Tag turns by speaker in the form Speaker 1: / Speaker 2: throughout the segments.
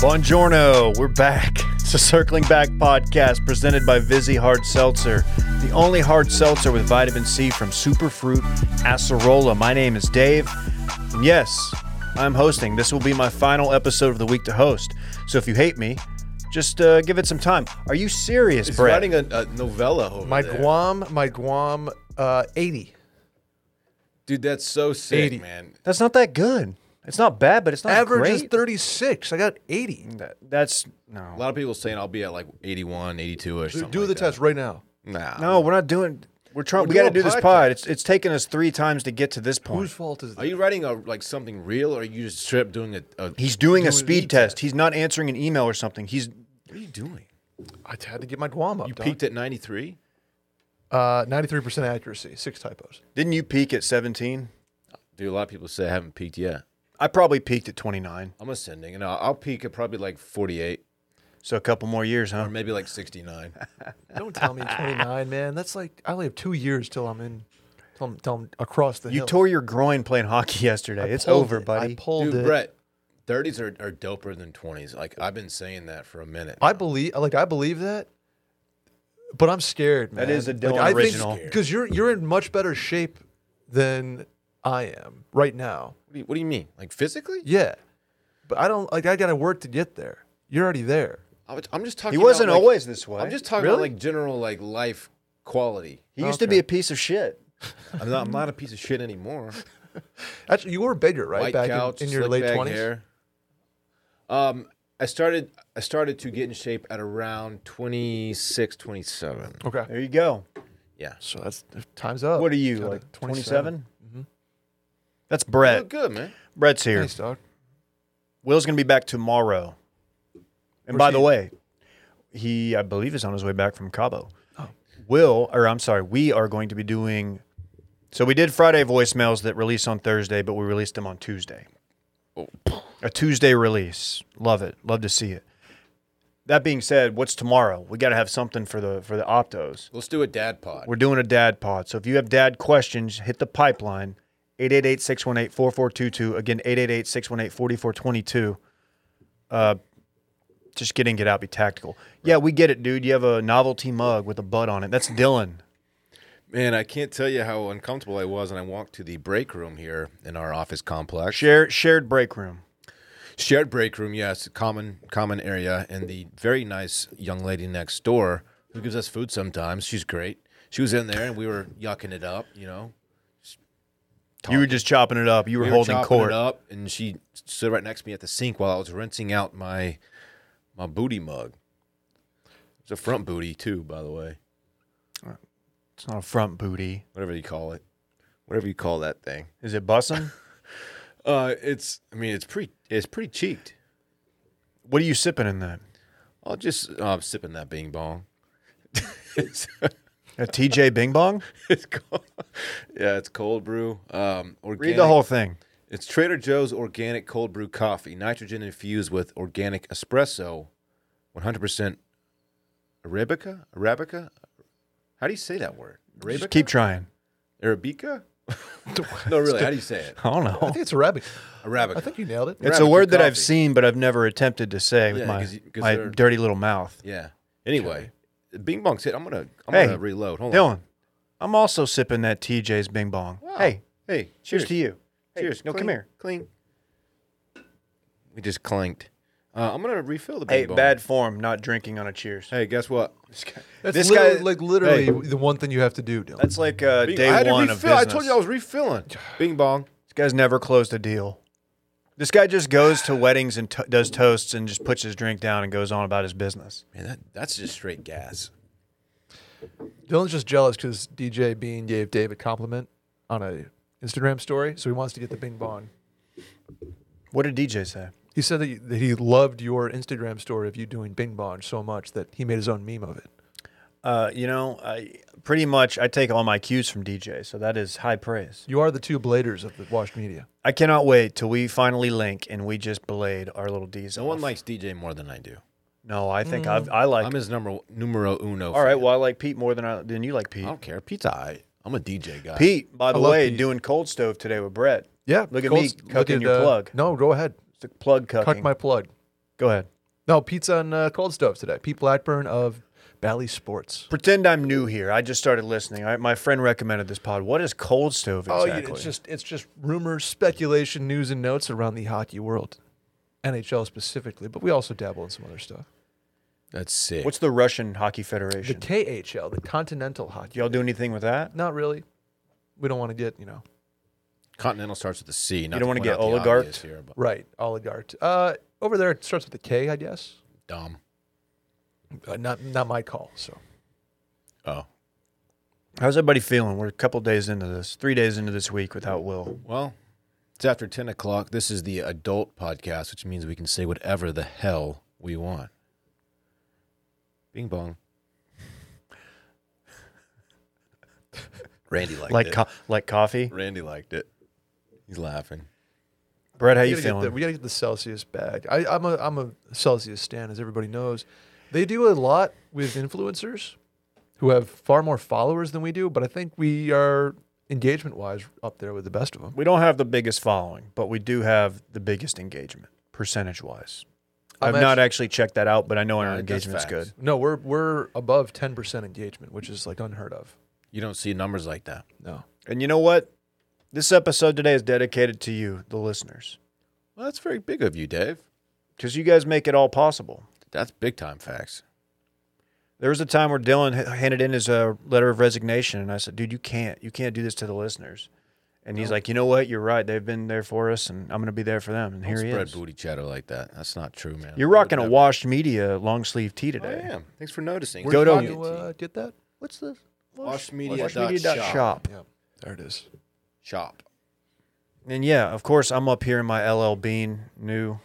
Speaker 1: Buongiorno, we're back. It's a Circling Back podcast presented by Vizzy Hard Seltzer, the only hard seltzer with vitamin C from superfruit acerola. My name is Dave. And yes, I'm hosting. This will be my final episode of the week to host. So if you hate me, just uh, give it some time. Are you serious,
Speaker 2: He's
Speaker 1: Brett?
Speaker 2: writing a, a novella over
Speaker 3: My
Speaker 2: there.
Speaker 3: Guam, my Guam, uh, eighty.
Speaker 2: Dude, that's so sick,
Speaker 3: 80.
Speaker 2: man.
Speaker 1: That's not that good. It's not bad, but it's not
Speaker 3: Average
Speaker 1: great.
Speaker 3: is thirty six. I got eighty.
Speaker 1: That- That's
Speaker 2: A
Speaker 1: no,
Speaker 2: lot of people saying I'll be at like 81, 82 ish.
Speaker 3: Do the test right now.
Speaker 2: Nah.
Speaker 1: no. We're not doing. We're trying.
Speaker 2: We're
Speaker 1: We got to do
Speaker 2: doing a
Speaker 1: this
Speaker 2: podcast.
Speaker 1: pod. It's it's taken us three times to get to this point.
Speaker 3: Whose fault is
Speaker 2: Are
Speaker 3: that?
Speaker 2: you writing a like something real, or are you just straight up doing a? a
Speaker 1: He's doing, a
Speaker 2: an
Speaker 1: speed
Speaker 2: e-test.
Speaker 1: test. He's not answering an email or something. He's
Speaker 2: what are you doing?
Speaker 3: I had to get my Guam up.
Speaker 2: You peaked at 93.
Speaker 3: ninety three percent accuracy, six typos.
Speaker 1: didn't you peak at 17?
Speaker 2: Dude, a lot of people say I haven't peaked yet.
Speaker 1: I probably peaked at 29.
Speaker 2: I'm ascending, and I'll, I'll peak at probably like 48
Speaker 1: So a couple more years, huh?
Speaker 2: or maybe like 69.
Speaker 3: Don't tell me twenty nine, man. That's like I only have two years till I'm in. Till I'm, till I'm across the
Speaker 1: You
Speaker 3: hill.
Speaker 1: tore your groin playing hockey yesterday. it's
Speaker 3: Pulled
Speaker 1: over,
Speaker 3: it. I
Speaker 1: buddy.
Speaker 3: pulled
Speaker 2: Dude,
Speaker 3: it.
Speaker 2: Brett, 30s are, are doper than 20s. Like I've been saying that for a minute.
Speaker 3: I believe, like I believe that, but I'm scared, man.
Speaker 1: That is a Dylan
Speaker 3: like,
Speaker 1: original.
Speaker 3: because you're you're in much better shape than I am right now.
Speaker 2: What do you, what do you mean? Like physically?
Speaker 3: Yeah, but I don't like I got to work to get there. You're already there.
Speaker 2: I was- I'm just talking.
Speaker 1: he wasn't
Speaker 2: about, like-
Speaker 1: always this way.
Speaker 2: I'm just talking about like general like life quality.
Speaker 1: he used to be a piece of shit.
Speaker 2: I'm not, I'm not a piece of shit anymore.
Speaker 3: Actually, you were bigger, right?
Speaker 2: White
Speaker 3: Back
Speaker 2: couch,
Speaker 3: in, in your
Speaker 2: slick
Speaker 3: late
Speaker 2: back
Speaker 3: twenties.
Speaker 2: hair. Um, I started I started to get in shape at around 26, 27.
Speaker 3: Okay,
Speaker 1: There you go.
Speaker 2: Yeah.
Speaker 3: so that's times up.
Speaker 1: What are you,
Speaker 3: Got it.
Speaker 1: like 27?
Speaker 3: 27.
Speaker 1: That's
Speaker 2: You
Speaker 1: Brett.
Speaker 2: look good, man.
Speaker 1: Brett's here.
Speaker 3: Nice, dog.
Speaker 1: Will's going to be back tomorrow. And by
Speaker 3: Where's
Speaker 1: the
Speaker 3: he?
Speaker 1: way, he, I believe, is on his way back from Cabo. Will, or I'm sorry, we are going to be doing. So we did Friday voicemails that release on Thursday, but we released them on Tuesday. A Tuesday release. Love it. Love to see it. That being said, what's tomorrow? We got to have something for the for the optos.
Speaker 2: Let's do a dad pod.
Speaker 1: We're doing a dad pod. So if you have dad questions, hit the pipeline 888 618 4422. Again, 888 618 4422. Uh, Just getting it out, be tactical. Yeah, we get it, dude. You have a novelty mug with a butt on it. That's Dylan.
Speaker 2: Man, I can't tell you how uncomfortable I was, and I walked to the break room here in our office complex.
Speaker 1: Share, shared break room.
Speaker 2: shared break room yes common common area and the very nice young lady next door who gives us food sometimes she's great she was in there and we were yucking it up you know
Speaker 1: You were just chopping it up. You were
Speaker 2: we
Speaker 1: holding
Speaker 2: chopping
Speaker 1: court.
Speaker 2: it up and she stood right next to me at the sink while i was rinsing out my my booty mug it's a front booty too by the way
Speaker 1: It's not a front booty.
Speaker 2: whatever you call it whatever you call that thing
Speaker 1: Is it bussing?
Speaker 2: uh it's i mean it's pretty it's pretty cheeked
Speaker 1: what are you sipping in that?
Speaker 2: i'll just oh, i'm sipping that bing bong It's-
Speaker 1: A TJ Bing Bong?
Speaker 2: it's cold. Yeah, it's cold brew. Um, organic,
Speaker 1: Read the whole thing.
Speaker 2: It's Trader Joe's organic cold brew coffee, nitrogen infused with organic espresso, 100% arabica. Arabica. How do you say that word? Arabica.
Speaker 1: Just keep trying.
Speaker 2: arabica. no, really. How do you say it?
Speaker 1: I don't
Speaker 3: I
Speaker 1: know.
Speaker 3: think it's Arabic.
Speaker 2: Arabica.
Speaker 3: I think you nailed it.
Speaker 1: It's a
Speaker 2: Arabica
Speaker 1: word that I've
Speaker 2: coffee.
Speaker 1: seen, but I've never attempted to say with
Speaker 2: Yeah,
Speaker 1: my,
Speaker 2: 'cause you- 'cause
Speaker 1: my
Speaker 2: they're-
Speaker 1: dirty little mouth.
Speaker 2: yeah. Anyway, Bing Bong's hit. I'm gonna. I'm
Speaker 1: Hey,
Speaker 2: gonna reload. Hold on.
Speaker 1: Dylan, I'm also sipping that TJ's Bing Bong. Hey,
Speaker 2: Hey.
Speaker 1: cheers, to you. Hey,
Speaker 2: Cheers.
Speaker 1: No, come
Speaker 2: Clink,
Speaker 1: here.
Speaker 2: Clink. Uh, We just clanked. Uh, I'm gonna refill the Bing
Speaker 1: Hey,
Speaker 2: Bong.
Speaker 1: bad form not drinking on a cheers.
Speaker 2: Hey, guess what?
Speaker 3: That's
Speaker 1: This
Speaker 3: literally-
Speaker 1: guy-
Speaker 3: like literally, the one thing you have to do, Dylan.
Speaker 1: That's like uh,
Speaker 2: Bing-
Speaker 1: day
Speaker 2: I had to
Speaker 1: one of
Speaker 2: refill.
Speaker 1: business.
Speaker 2: I told you I was refilling. Bing bong.
Speaker 1: this guy's never closed a deal. This guy just goes to weddings and to- does toasts and just puts his drink down and goes on about his business.
Speaker 2: Man, that, that's just straight gas.
Speaker 3: Dylan's just jealous because DJ Bean gave Dave a compliment on a Instagram story, so he wants to get the Bing Bong.
Speaker 1: What did DJ say?
Speaker 3: He said that, you, that he loved your Instagram story of you doing Bing Bong so much that he made his own meme of it.
Speaker 1: Uh, you know, I pretty much I take all my cues from DJ, so that is high praise.
Speaker 3: You are the two bladers of the Washed Media.
Speaker 1: I cannot wait till we finally link and we just blade our little D's.
Speaker 2: No
Speaker 1: off.
Speaker 2: one likes DJ more than I do.
Speaker 1: No, I
Speaker 3: Mm.
Speaker 1: think I've, I like.
Speaker 2: I'm his number numero uno.
Speaker 1: all right,
Speaker 2: fan.
Speaker 1: well, I like Pete more than I than you like Pete.
Speaker 2: I don't care. Pete's all right. I'm a DJ guy.
Speaker 1: Pete, by the
Speaker 3: love
Speaker 1: way,
Speaker 3: Pete.
Speaker 1: doing cold stove today with Brett.
Speaker 3: Yeah,
Speaker 1: Look at
Speaker 3: Colts-
Speaker 1: me cucking
Speaker 3: at,
Speaker 1: your
Speaker 3: uh,
Speaker 1: plug.
Speaker 3: No, go ahead,
Speaker 1: It's a plug
Speaker 3: cuck
Speaker 1: cucking.
Speaker 3: my plug.
Speaker 1: Go ahead.
Speaker 3: No, pizza on uh, cold stoves today. Pete Blackburn of Bally Sports.
Speaker 1: Pretend I'm new here. I just started listening. All right, my friend recommended this pod. What is cold stove exactly?
Speaker 3: Oh, yeah, it's just it's just rumors, speculation, news, and notes around the hockey world, NHL specifically, but we also dabble in some other stuff.
Speaker 2: That's sick.
Speaker 1: What's the Russian Hockey
Speaker 3: The
Speaker 1: Federation?
Speaker 3: KHL, the Continental Hockey.
Speaker 1: Y'all do anything with that?
Speaker 3: Not really. We don't want to get you know
Speaker 2: Continental starts with the C. Not
Speaker 1: You don't
Speaker 2: want
Speaker 1: wanna
Speaker 2: to
Speaker 1: get
Speaker 2: point out the
Speaker 1: oligarched?
Speaker 2: obvious Here, but
Speaker 3: right oligarch. Uh, over there it starts with a K, I guess.
Speaker 2: dumb.
Speaker 3: Uh, not not my call. So
Speaker 2: Oh.
Speaker 1: How's everybody feeling? We're a couple days into this, three days into this week without Will.
Speaker 2: Well, it's after 10 o'clock. This is the adult podcast, which means we can say whatever the hell we want. Bing bong. Randy liked
Speaker 1: like
Speaker 2: it.
Speaker 1: co- like coffee.
Speaker 2: Randy liked it. He's laughing.
Speaker 1: Brett, how
Speaker 3: we
Speaker 1: you
Speaker 3: gotta, get the,
Speaker 1: feeling?
Speaker 3: we gotta get the Celsius back. I, I'm a I'm a Celsius stan, as everybody knows. They do a lot with influencers who have far more followers than we do, but I think we are engagement wise up there with the best of them.
Speaker 1: We don't have the biggest following, but we do have the biggest engagement percentage wise.
Speaker 3: I'm
Speaker 1: I've not actually checked that out, but I know our
Speaker 2: Yeah, that's
Speaker 1: engagement's
Speaker 2: facts.
Speaker 1: good.
Speaker 3: No, we're we're above ten percent engagement, which is like unheard of.
Speaker 2: You don't see numbers like that.
Speaker 3: No,
Speaker 1: And you know what? This episode today is dedicated to you, the listeners,
Speaker 2: Well, that's very big of you, Dave.
Speaker 1: because you guys make it all possible.
Speaker 2: That's big time facts.
Speaker 1: There was a time where Dylan h- handed in his uh, letter of resignation, and I said, "Dude, you can't, you can't do this to the listeners." And he's like, "You know what? You're right. They've been there for us, and I'm going to be there for them." And here
Speaker 2: don't
Speaker 1: he
Speaker 2: spread
Speaker 1: is.
Speaker 2: booty chatter like that. That's not true, man.
Speaker 1: You're rocking a
Speaker 2: Never.
Speaker 1: washed media long sleeve tee
Speaker 2: Oh, I
Speaker 1: today.
Speaker 2: am. Thanks for noticing.
Speaker 1: Go
Speaker 3: Where
Speaker 1: to-
Speaker 3: do you uh, get that? What's the
Speaker 2: washmedia.shop.
Speaker 1: Shop.
Speaker 3: Yeah, there it is.
Speaker 2: Shop.
Speaker 1: And yeah, of course, I'm up here in my LL Bean new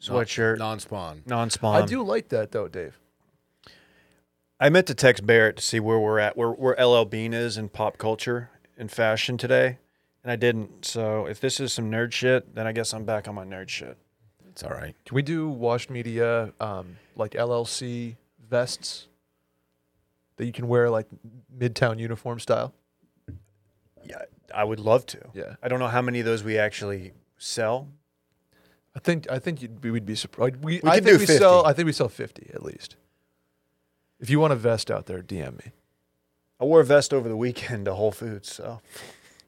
Speaker 1: sweatshirt,
Speaker 2: Non spawn.
Speaker 1: non
Speaker 3: I
Speaker 1: spawn.
Speaker 3: do like that though, Dave.
Speaker 1: I meant to text Barrett to see where we're at, where, where LL Bean is in pop culture and fashion today. And I didn't. So if this is some nerd shit, then I guess I'm back on my nerd shit.
Speaker 2: It's all right.
Speaker 3: Can we do washed media um, like LLC vests that you can wear like midtown uniform style?
Speaker 1: Yeah, I would love to.
Speaker 3: Yeah,
Speaker 1: I don't know how many of those we actually sell.
Speaker 3: I think I think you'd, we would be surprised. We,
Speaker 1: We
Speaker 3: I
Speaker 1: could
Speaker 3: think
Speaker 1: do
Speaker 3: we sell.
Speaker 1: 50.
Speaker 3: I think we sell fifty at least. If you want a vest out there, DM me.
Speaker 1: I wore a vest over the weekend to Whole Foods. So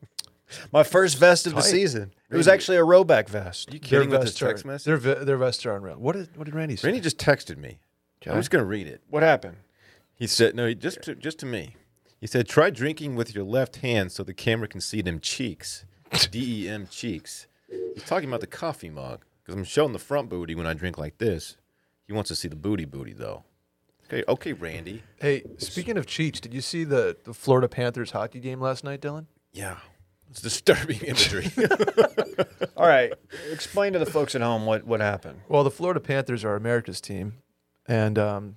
Speaker 1: my first vest of the
Speaker 3: Tight.
Speaker 1: season. It was
Speaker 2: Really?
Speaker 1: actually a rowback vest.
Speaker 2: you
Speaker 3: Their
Speaker 2: kidding with this
Speaker 3: vests are-
Speaker 2: text message?
Speaker 3: Their, ve- their vests are unreal. What did what did Randy say?
Speaker 2: Randy just texted me. I'm
Speaker 3: Okay.
Speaker 2: just gonna read it.
Speaker 1: What happened?
Speaker 2: He said, "No, he- just to, just to me." He said, "Try drinking with your left hand so the camera can see them cheeks, D E M cheeks." He's talking about the coffee mug because I'm showing the front booty when I drink like this. He wants to see the booty booty though. Okay, okay, Randy.
Speaker 3: Hey, speaking of cheats, did you see the, the Florida Panthers hockey game last night, Dylan?
Speaker 2: Yeah, it's disturbing imagery.
Speaker 1: All right, explain to the folks at home what what happened.
Speaker 3: Well, the Florida Panthers are America's team, and um,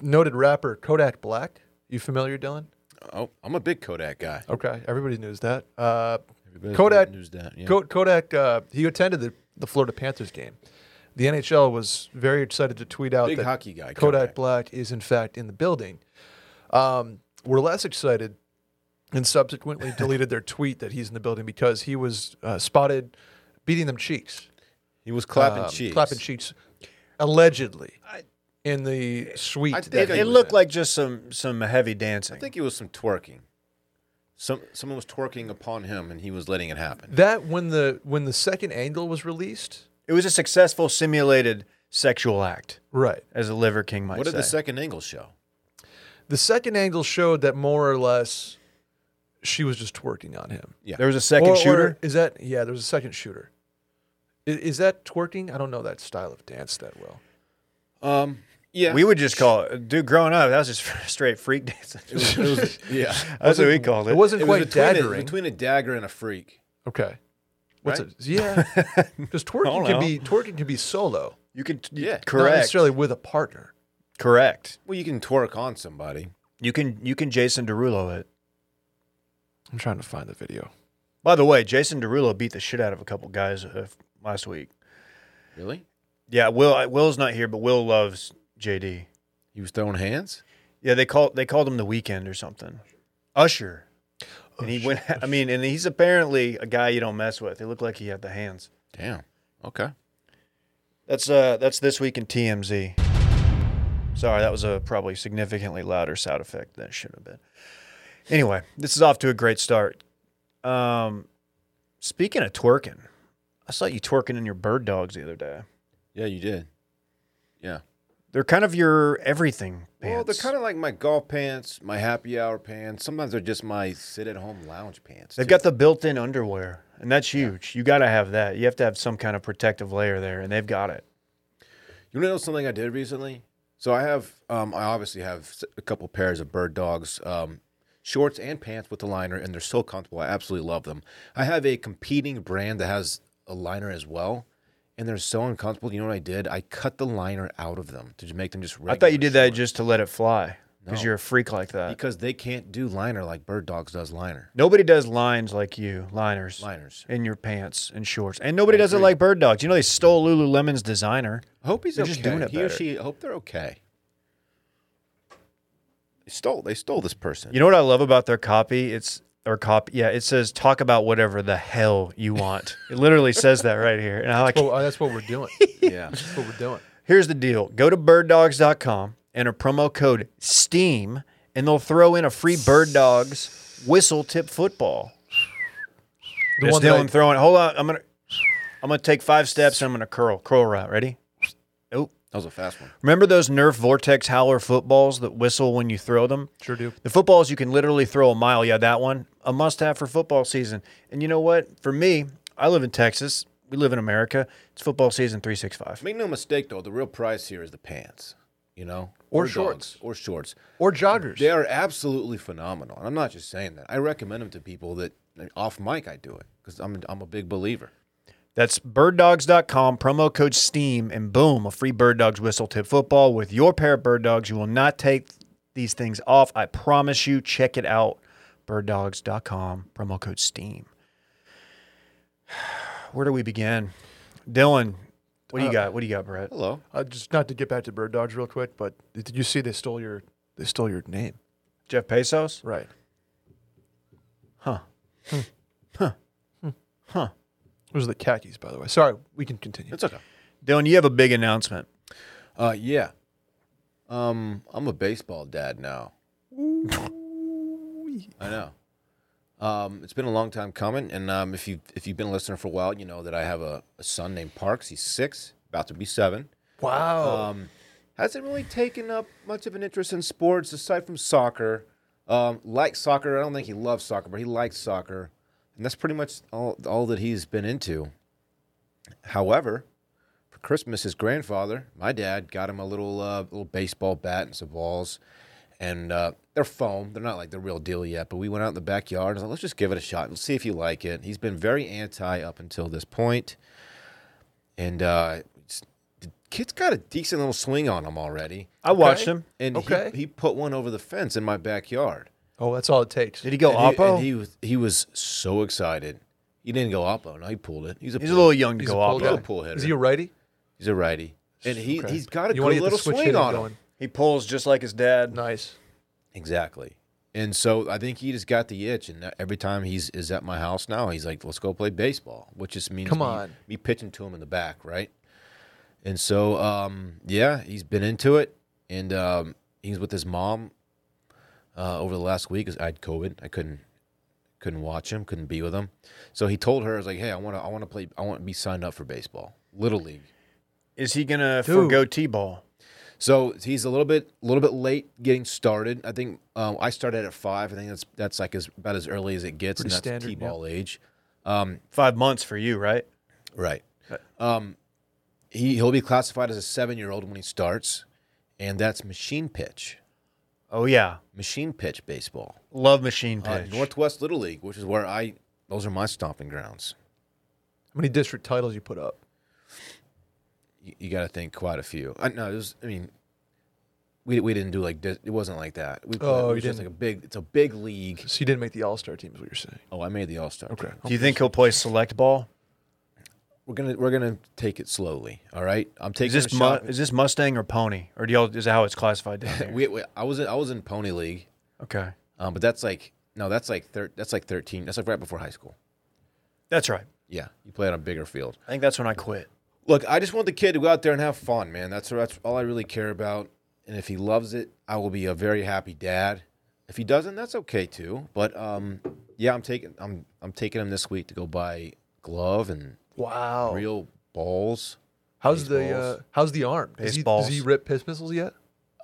Speaker 3: noted rapper Kodak Black. You familiar, Dylan?
Speaker 2: oh, I'm a big Kodak guy.
Speaker 3: Okay, everybody knows that. Uh,
Speaker 2: Everybody
Speaker 3: Kodak-
Speaker 2: knows that. Yeah.
Speaker 3: Ko- Kodak, uh, he attended the, the Florida Panthers game. The NHL was very excited to tweet out
Speaker 2: big
Speaker 3: that
Speaker 2: hockey guy.
Speaker 3: Kodak Black is in fact in the building. Um, we're less excited and subsequently deleted their tweet that he's in the building because he was uh, spotted beating them cheeks.
Speaker 2: He was clapping
Speaker 3: um,
Speaker 2: cheeks.
Speaker 3: clapping cheeks, allegedly
Speaker 1: I-
Speaker 3: in the suite.
Speaker 2: I
Speaker 3: that
Speaker 2: think
Speaker 1: It,
Speaker 3: he
Speaker 2: I-
Speaker 1: it
Speaker 3: was
Speaker 1: looked
Speaker 3: in.
Speaker 1: like just some some heavy dancing.
Speaker 2: I think it was some twerking. Some someone was twerking upon him, and he was letting it happen.
Speaker 3: that when the when the second angle was released.
Speaker 1: It was a successful simulated sexual act,
Speaker 3: Right.
Speaker 1: as the Liver King might
Speaker 2: What
Speaker 1: say.
Speaker 2: did
Speaker 3: eh?
Speaker 2: the second angle show?
Speaker 3: The second angle showed that more or less she was just twerking on him.
Speaker 2: Yeah.
Speaker 1: there was a second
Speaker 3: Or- or
Speaker 1: shooter.
Speaker 3: is that yeah? There's a second shooter. I- Is, that twerking? I don't know that style of dance that well.
Speaker 2: Um. Yeah.
Speaker 1: we would just call it, dude. Growing up, that was just straight freak dancing.
Speaker 2: yeah.
Speaker 1: That's what we called it.
Speaker 3: It wasn't
Speaker 2: It was
Speaker 3: quite
Speaker 2: between a,
Speaker 3: daggering.
Speaker 2: between a dagger and a freak.
Speaker 3: okay. What's
Speaker 2: Right?
Speaker 3: it? Yeah, because twerking
Speaker 1: don't
Speaker 3: can
Speaker 1: know.
Speaker 3: be twerking can be solo,
Speaker 1: You can
Speaker 2: Yeah. Not
Speaker 3: not
Speaker 1: correct.
Speaker 3: necessarily with a partner.
Speaker 1: Correct.
Speaker 2: Well, you can twerk on somebody.
Speaker 1: You can you can Jason Derulo it.
Speaker 3: I'm trying to find the video.
Speaker 1: By the way, Jason Derulo beat the shit out of a couple guys uh, last week.
Speaker 2: Really?
Speaker 1: Yeah, Will I, Will's not here, but Will loves JD.
Speaker 2: He was throwing hands.
Speaker 1: Yeah, they call they called him the weekend or something. Usher. And he went I mean, and he's apparently a guy you don't mess with. He looked like he had the hands.
Speaker 2: Damn. Okay.
Speaker 1: That's uh, that's this week in TMZ. Sorry, that was a probably significantly louder sound effect than it should have been. Anyway, this is off to a great start. Um, speaking of twerking, I saw you twerking in your bird dogs the other day.
Speaker 2: Yeah, you did. Yeah.
Speaker 1: They're kind of your everything pants.
Speaker 2: Well, they're kind of like my golf pants, my happy hour pants. Sometimes they're just my sit at home lounge pants.
Speaker 1: They've
Speaker 2: too.
Speaker 1: got the built-in underwear, and that's huge. You got to have that. You have to have some kind of protective layer there, and they've got it.
Speaker 2: You know something I did recently? So I have, um, I obviously have s- a couple pairs of bird dogs, um, shorts and pants with a liner, and they're so comfortable. I absolutely love them. I have a competing brand that has a liner as well, and they're so uncomfortable. You know what I did? I cut the liner out of them to j- make them just.
Speaker 1: I thought you
Speaker 2: regular
Speaker 1: did that
Speaker 2: shorts.
Speaker 1: just to let it fly because
Speaker 2: No.
Speaker 1: you're a freak like that.
Speaker 2: because they can't do liner like bird dogs does liner.
Speaker 1: Nobody does lines like you, liners,
Speaker 2: Liners.
Speaker 1: in your pants and shorts, and nobody does it like Bird Dogs. You know they stole Lululemon's designer.
Speaker 2: I hope he's
Speaker 1: They're
Speaker 2: okay.
Speaker 1: just doing it
Speaker 2: he or
Speaker 1: better.
Speaker 2: she. I hope they're okay. They stole. They stole this person.
Speaker 1: You know what I love about their copy? It's or copy, yeah. It says talk about whatever the hell you want. it literally says that right here, and I like.
Speaker 3: Well, uh, that's what we're doing.
Speaker 2: yeah.
Speaker 3: That's what we're doing.
Speaker 1: Here's the deal go to birddogs.com, enter promo code STEAM, and they'll throw in a free Bird Dogs whistle tip football.
Speaker 3: The
Speaker 1: It's
Speaker 3: one that
Speaker 1: Dylan
Speaker 3: I-
Speaker 1: throwing. Hold on. I'm going to. I'm gonna take five steps. and I'm gonna curl, curl right. Ready? Nope.
Speaker 2: That was a fast one.
Speaker 1: Remember those Nerf Vortex Howler footballs that whistle when you throw them?
Speaker 3: sure do.
Speaker 1: The footballs you can literally throw a mile. Yeah, that one. A must have for football season. And you know what? For me, I live in Texas. We live in America. It's football season 365.
Speaker 2: Make no mistake, though, the real price here is the pants, you know,
Speaker 3: Or
Speaker 2: dogs,
Speaker 3: shorts.
Speaker 2: or shorts.
Speaker 3: Or joggers.
Speaker 2: They are absolutely phenomenal, and I'm not just saying that. I recommend them to people that off mic I do it because I'm I'm a big believer.
Speaker 1: That's birddogs.com, promo code STEAM, and boom, a free Bird Dogs whistle tip football with your pair of Bird Dogs. You will not take these things off. I promise you. Check it out. Birddogs.com, promo code STEAM. Where do we begin? Dylan, what do
Speaker 2: Uh,
Speaker 1: you got? What do you got, Brett?
Speaker 2: Hello,
Speaker 3: Uh, just not to get back to bird dogs real quick, but did you see they stole your they stole your name?
Speaker 1: Jeff Pesos?
Speaker 3: Right. Hmm.
Speaker 1: Huh.
Speaker 3: Those are the khakis, by the way. Sorry, we can continue.
Speaker 2: it's okay.
Speaker 1: Dylan, you have a big announcement.
Speaker 2: Uh, yeah, um, I'm a baseball dad now. I know. Um, it's been a long time coming, and um, if you if you've been a listener for a while, you know that I have a, a son named Parks. He's six, about to be seven.
Speaker 3: Wow.
Speaker 2: Um, hasn't really taken up much of an interest in sports aside from soccer. Um, likes soccer. I don't think he loves soccer, but he likes soccer, and that's pretty much all all that he's been into. However, for Christmas, his grandfather, my dad, got him a little uh, little baseball bat and some balls, and uh, they're foam. They're not like the real deal yet. But we went out in the backyard. and I was like, let's just give it a shot and see if you like it. He's been very anti up until this point, and uh, it's- the kid's got a decent little swing on him already.
Speaker 1: I watched him.
Speaker 2: And
Speaker 3: Okay.
Speaker 2: he, he put one over the fence in my backyard.
Speaker 3: oh, that's all it takes.
Speaker 1: Did he go
Speaker 2: and, he,
Speaker 1: Oppo?
Speaker 2: and he was he was so excited. He didn't go Oppo. No, he pulled it. He's a
Speaker 1: He's a
Speaker 2: pull-
Speaker 1: little young to
Speaker 3: He's
Speaker 1: go
Speaker 3: a pull
Speaker 1: off.
Speaker 2: He's a
Speaker 3: guy.
Speaker 2: pull hitter.
Speaker 3: Is he a righty?
Speaker 2: He's a righty, and he
Speaker 3: Okay.
Speaker 2: he's got a
Speaker 3: You
Speaker 2: good
Speaker 3: wanna get the
Speaker 2: little
Speaker 3: switch
Speaker 2: swing
Speaker 3: hitting
Speaker 2: on him.
Speaker 3: going.
Speaker 1: He pulls just like his dad.
Speaker 3: Nice.
Speaker 2: Exactly. And so I think he just got the itch, and every time he's is at my house now, he's like, "Let's go play baseball," which just means
Speaker 3: Come
Speaker 2: me-
Speaker 3: on.
Speaker 2: me, pitching to him in the back, right? And so, um, yeah, he's been into it, and um, he's with his mom uh, over the last week. 'cause I had COVID, I couldn't couldn't watch him, couldn't be with him. So he told her, "I was like, hey, I want to, I want to play, I want to be signed up for baseball, little league."
Speaker 1: Is he going to
Speaker 3: Dude.
Speaker 1: forgo T ball?
Speaker 2: So he's a little bit, a little bit late getting started. I think um, I started at five. I think that's that's like as about as early as it gets.
Speaker 3: Pretty
Speaker 2: and that's
Speaker 3: standard, yeah.
Speaker 2: T-ball age. Um,
Speaker 1: Five months for you, right?
Speaker 2: right.
Speaker 3: Uh,
Speaker 2: Um, he he'll be classified as a seven-year-old when he starts, and that's machine pitch,
Speaker 1: Oh, yeah.
Speaker 2: machine pitch baseball.
Speaker 1: Love machine
Speaker 2: Uh,
Speaker 1: pitch.
Speaker 2: Northwest Little League, which is where I, those are my stomping grounds.
Speaker 3: How many district titles you put up?
Speaker 2: You, you got to think quite a few. I no, it was. I mean, we we didn't do like dis- it wasn't like that. We played,
Speaker 3: Oh,
Speaker 2: it
Speaker 3: you
Speaker 2: was just
Speaker 3: didn't-
Speaker 2: like a big. It's a big league.
Speaker 3: So you didn't make the All Star team, is what you're saying?
Speaker 2: Oh, I made the All Star.
Speaker 3: Okay.
Speaker 1: Do you think he'll play select ball?
Speaker 2: We're gonna we're gonna take it slowly. All right. I'm
Speaker 1: Is
Speaker 2: taking a
Speaker 1: this mu-
Speaker 2: shot.
Speaker 1: is this Mustang or Pony or do y'all is that how it's classified down here?
Speaker 2: we, we, I was in, I was in Pony League,
Speaker 1: okay,
Speaker 2: um, but that's like no, that's like thir- that's like 13. That's like right before high school.
Speaker 1: that's right.
Speaker 2: Yeah, you play on a bigger field.
Speaker 1: I think that's when I quit.
Speaker 2: Look, I just want the kid to go out there and have fun, man. That's that's all I really care about. And if he loves it, I will be a very happy dad. If he doesn't, that's okay too. But um, yeah, I'm taking I'm I'm taking him this week to go buy glove and
Speaker 1: Oh.
Speaker 3: Wow.
Speaker 2: real balls.
Speaker 3: how's the
Speaker 2: baseballs.
Speaker 3: uh, how's the arm? Does he, does
Speaker 1: Baseballs.
Speaker 3: he rip piss missiles yet?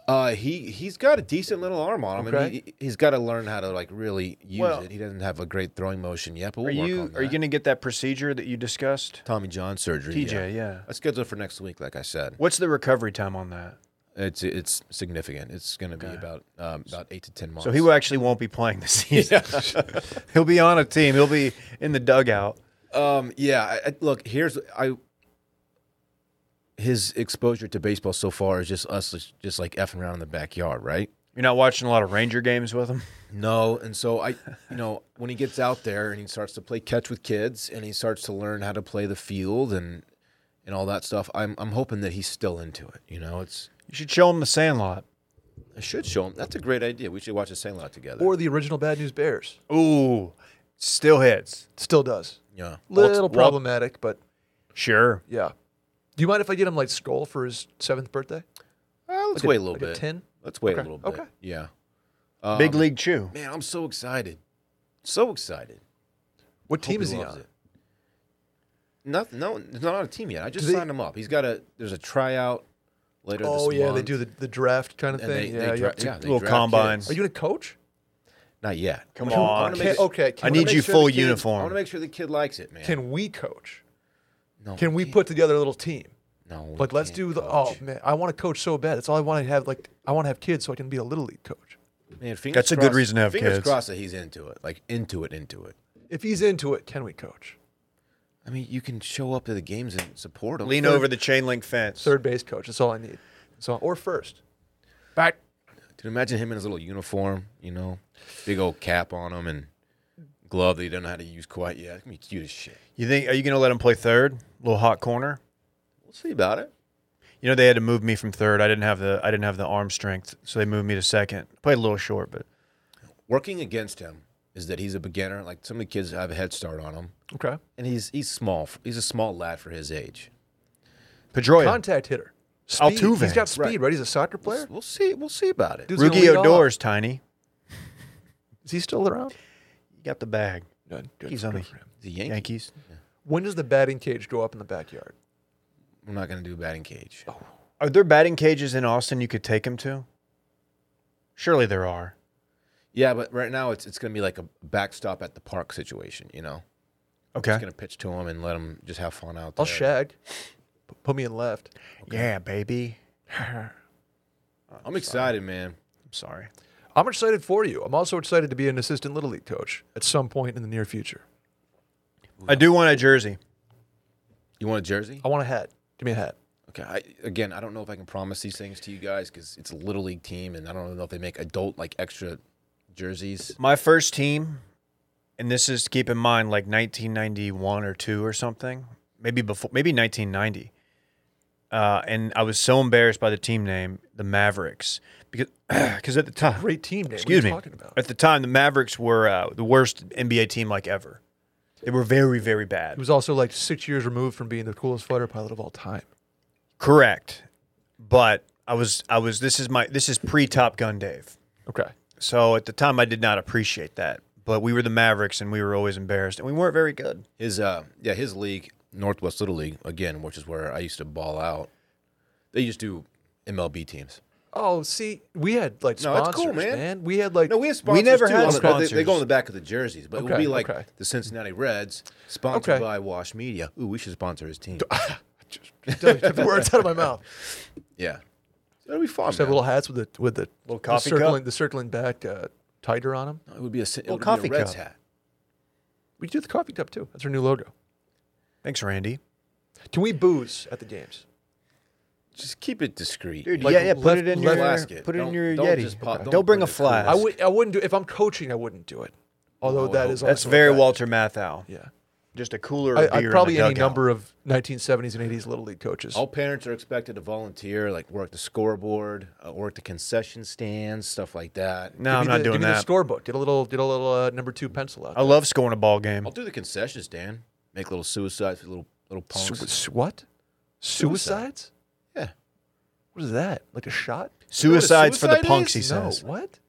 Speaker 2: Uh, he he's got a decent little arm on him, and
Speaker 3: Okay.
Speaker 2: he, he's got to learn how to like really use
Speaker 1: Well-
Speaker 2: it. He doesn't have a great throwing motion yet, but
Speaker 1: Are
Speaker 2: we'll work
Speaker 1: you
Speaker 2: on that.
Speaker 1: are you gonna get that procedure that you discussed?
Speaker 2: Tommy John surgery?
Speaker 1: TJ, yeah.
Speaker 2: yeah. That's scheduled for next week, like I said.
Speaker 1: What's the recovery time on that?
Speaker 2: It's it's significant. It's going to be about um, about eight to ten months.
Speaker 1: So he actually won't be playing this season. He'll be on a team. He'll be in the dugout.
Speaker 2: Um, yeah. I, I, look, here's I. His exposure to baseball so far is just us, just- just like effing around in the backyard, right?
Speaker 1: You're not watching a lot of Ranger games with him.
Speaker 2: No, and so I, you know, when he gets out there and he starts to play catch with kids and he starts to learn how to play the field and and all that stuff, I'm I'm hoping that he's still into it. You know, it's
Speaker 1: You should show him the Sandlot.
Speaker 2: I should show him. That's a great idea. We should watch the Sandlot together.
Speaker 3: Or the original Bad News Bears?
Speaker 1: Ooh, still hits.
Speaker 3: Still does.
Speaker 2: yeah,
Speaker 3: Little
Speaker 1: Walt-
Speaker 3: problematic, but
Speaker 1: Sure.
Speaker 3: yeah. Do you mind if I get him like Skull for his seventh birthday?
Speaker 2: Uh, let's
Speaker 3: Like a-
Speaker 2: wait a little
Speaker 3: like a
Speaker 2: bit.
Speaker 3: 10?
Speaker 2: Let's wait a
Speaker 3: Okay,
Speaker 2: little bit.
Speaker 3: okay.
Speaker 2: Yeah. Um,
Speaker 1: Big League Chew.
Speaker 2: Man, I'm so excited. So excited.
Speaker 3: What team
Speaker 2: Hope
Speaker 3: is he
Speaker 2: loves
Speaker 3: on?
Speaker 2: it. Nothing. No, he's not on a team yet. I just
Speaker 3: Do they-
Speaker 2: signed him up. He's got a. There's a tryout later.
Speaker 3: Oh
Speaker 2: this
Speaker 3: yeah, they
Speaker 2: month,
Speaker 3: do the, the draft kind of
Speaker 2: And they,
Speaker 3: thing.
Speaker 2: they
Speaker 3: yeah,
Speaker 2: dra-
Speaker 3: yeah.
Speaker 2: yeah, they
Speaker 1: Little
Speaker 2: draft
Speaker 1: combine.
Speaker 2: kids.
Speaker 3: Are you gonna coach?
Speaker 2: Not yet.
Speaker 1: Come
Speaker 2: I wanna
Speaker 1: on.
Speaker 2: make-
Speaker 3: Okay, okay,
Speaker 1: I
Speaker 3: can-
Speaker 1: need
Speaker 2: make
Speaker 1: you
Speaker 2: sure the
Speaker 1: full
Speaker 2: kid- I want to
Speaker 1: uniform.
Speaker 2: make sure the kid likes it, man.
Speaker 3: Can we coach?
Speaker 2: no,
Speaker 3: Can we
Speaker 2: can't-
Speaker 3: put together a little team?
Speaker 2: No. we
Speaker 3: Like let's
Speaker 2: can't
Speaker 3: do the
Speaker 2: coach.
Speaker 3: oh man, I want to coach so bad. It's all I want to have like I want to have kids so I can be a little league coach.
Speaker 2: Man, fingers
Speaker 1: That's a good
Speaker 2: crossed-
Speaker 1: reason to have
Speaker 2: fingers
Speaker 1: kids.
Speaker 2: crossed that he's into it. Like into it, into it.
Speaker 3: If he's into it, can we coach?
Speaker 2: I mean, you can show up to the games and support him.
Speaker 1: Lean over the chain link fence.
Speaker 3: Third base coach. That's all I need. So or first. Back.
Speaker 2: Dude, imagine him in his little uniform, you know, big old cap on him and glove that he doesn't know how to use quite yet. It's gonna be cute as shit.
Speaker 1: You think? Are you gonna let him play third? Little hot corner.
Speaker 2: We'll see about it.
Speaker 1: You know they had to move me from third. I didn't have the I didn't have the arm strength, so they moved me to second. Played a little short, but
Speaker 2: Working against him is that he's a beginner. Like some of the kids have a head start on him,
Speaker 3: Okay.
Speaker 2: and he's he's small. He's a small lad for his age.
Speaker 1: Pedroia,
Speaker 3: Contact hitter. Speed.
Speaker 1: Altuve.
Speaker 3: He's got speed, right? He's a soccer player.
Speaker 2: We'll see. We'll see about it.
Speaker 3: Dude's gonna
Speaker 1: Rugi
Speaker 3: lead all
Speaker 1: Odor's tiny.
Speaker 3: up. Is he still around?
Speaker 1: You got the bag.
Speaker 3: Good. Good.
Speaker 1: He's on
Speaker 3: good
Speaker 1: the
Speaker 3: for him.
Speaker 2: the Yankees.
Speaker 1: Yankees.
Speaker 3: When does the batting cage go up in the backyard?
Speaker 2: We're not gonna do batting cage.
Speaker 1: Are there batting cages in Austin you could take him to? Surely there are.
Speaker 2: Yeah, but right now it's it's gonna be like a backstop at the park situation. You know,
Speaker 1: Okay.
Speaker 2: just gonna pitch to him and let him just have fun out there.
Speaker 3: I'll shag. P- Put me in left.
Speaker 1: Yeah, baby.
Speaker 2: I'm excited, man.
Speaker 1: I'm sorry.
Speaker 3: I'm excited for you. I'm also excited to be an assistant little league coach at some point in the near future.
Speaker 1: I do want a jersey.
Speaker 2: You want a jersey?
Speaker 3: I want a hat. Give me a hat.
Speaker 2: Okay. I, again, I don't know if I can promise these things to you guys because it's a little league team, and I don't know if they make adult like extra jerseys.
Speaker 1: My first team, and this is keep in mind like 1991 or two or something, maybe before, maybe 1990. Uh, and I was so embarrassed by the team name, the Mavericks, because because at the time,
Speaker 3: Great team name.
Speaker 1: excuse
Speaker 3: what are
Speaker 1: me,
Speaker 3: you talking about?
Speaker 1: at the time the Mavericks were uh, the worst NBA team like ever. They were very very
Speaker 3: He
Speaker 1: bad.
Speaker 3: was also like six years removed from being the coolest fighter pilot of all time.
Speaker 1: Correct, but I was I was this is my this is pre Top Gun Dave.
Speaker 3: Okay.
Speaker 1: So at the time I did not appreciate that, but we were the Mavericks and we were always embarrassed and we weren't very good.
Speaker 2: His uh, yeah, his league, Northwest Little League, again, which is where I used to ball out. They just do MLB teams.
Speaker 3: Oh, see, we had like
Speaker 2: No,
Speaker 3: sponsors,
Speaker 2: that's cool, man.
Speaker 3: man. We had like
Speaker 2: No, we had sponsors.
Speaker 1: never
Speaker 2: too.
Speaker 1: had
Speaker 2: on the- but They, they
Speaker 1: sponsors.
Speaker 2: go on the back of the jerseys, but it would
Speaker 3: Okay,
Speaker 2: be like
Speaker 3: okay.
Speaker 2: the Cincinnati Reds, sponsored
Speaker 3: Okay.
Speaker 2: by Wash Media. Ooh, we should sponsor his team.
Speaker 3: took the words out of my mouth.
Speaker 2: yeah, that'd be fun.
Speaker 3: Just have
Speaker 2: Oh, man.
Speaker 3: little hats with the with the little
Speaker 1: coffee
Speaker 3: the
Speaker 1: cup?
Speaker 3: circling, the circling back uh, tiger on them.
Speaker 2: It would be a, it would be a
Speaker 1: coffee
Speaker 2: Reds
Speaker 1: cup.
Speaker 2: hat.
Speaker 3: We do the coffee cup too. That's our new logo.
Speaker 1: Thanks, Randy.
Speaker 3: Can we booze at the games?
Speaker 2: Just keep it discreet.
Speaker 1: Dude,
Speaker 2: you
Speaker 1: yeah,
Speaker 2: know?
Speaker 1: yeah. Put
Speaker 3: let-
Speaker 1: it in
Speaker 3: let-
Speaker 1: your
Speaker 2: Flask it.
Speaker 1: put it in
Speaker 2: Don't-
Speaker 1: your
Speaker 2: don't
Speaker 1: Yeti.
Speaker 2: just pop-
Speaker 1: don't,
Speaker 2: don't
Speaker 1: bring
Speaker 2: put
Speaker 1: a
Speaker 2: it cool.
Speaker 1: flask.
Speaker 3: I would. I wouldn't do. If I'm coaching, I wouldn't do it. Although that is
Speaker 1: That's
Speaker 3: also
Speaker 1: very
Speaker 3: bad.
Speaker 1: Walter Matthau.
Speaker 3: Yeah.
Speaker 1: Just a cooler of
Speaker 3: I,
Speaker 1: beer.
Speaker 3: I probably
Speaker 1: in the
Speaker 3: any
Speaker 1: dugout.
Speaker 3: number of 1970s and 80s little league coaches.
Speaker 2: All parents are expected to volunteer, like work the scoreboard, uh, work the concession stands, stuff like that.
Speaker 1: No, I'm
Speaker 3: Give me
Speaker 1: not
Speaker 3: the,
Speaker 1: doing
Speaker 3: give Me the
Speaker 1: that.
Speaker 3: scorebook. Get a little. Get a little uh, number two pencil out.
Speaker 1: I love scoring a ball game.
Speaker 2: Oh, I'll do the concession stand. Make little suicides, little little punks.
Speaker 3: S- what? Suicides?
Speaker 2: Yeah.
Speaker 3: What is that? Like a shot?
Speaker 1: Suicide's for the
Speaker 2: suicide
Speaker 1: punks, he
Speaker 2: is?
Speaker 3: no.
Speaker 1: says.
Speaker 3: What?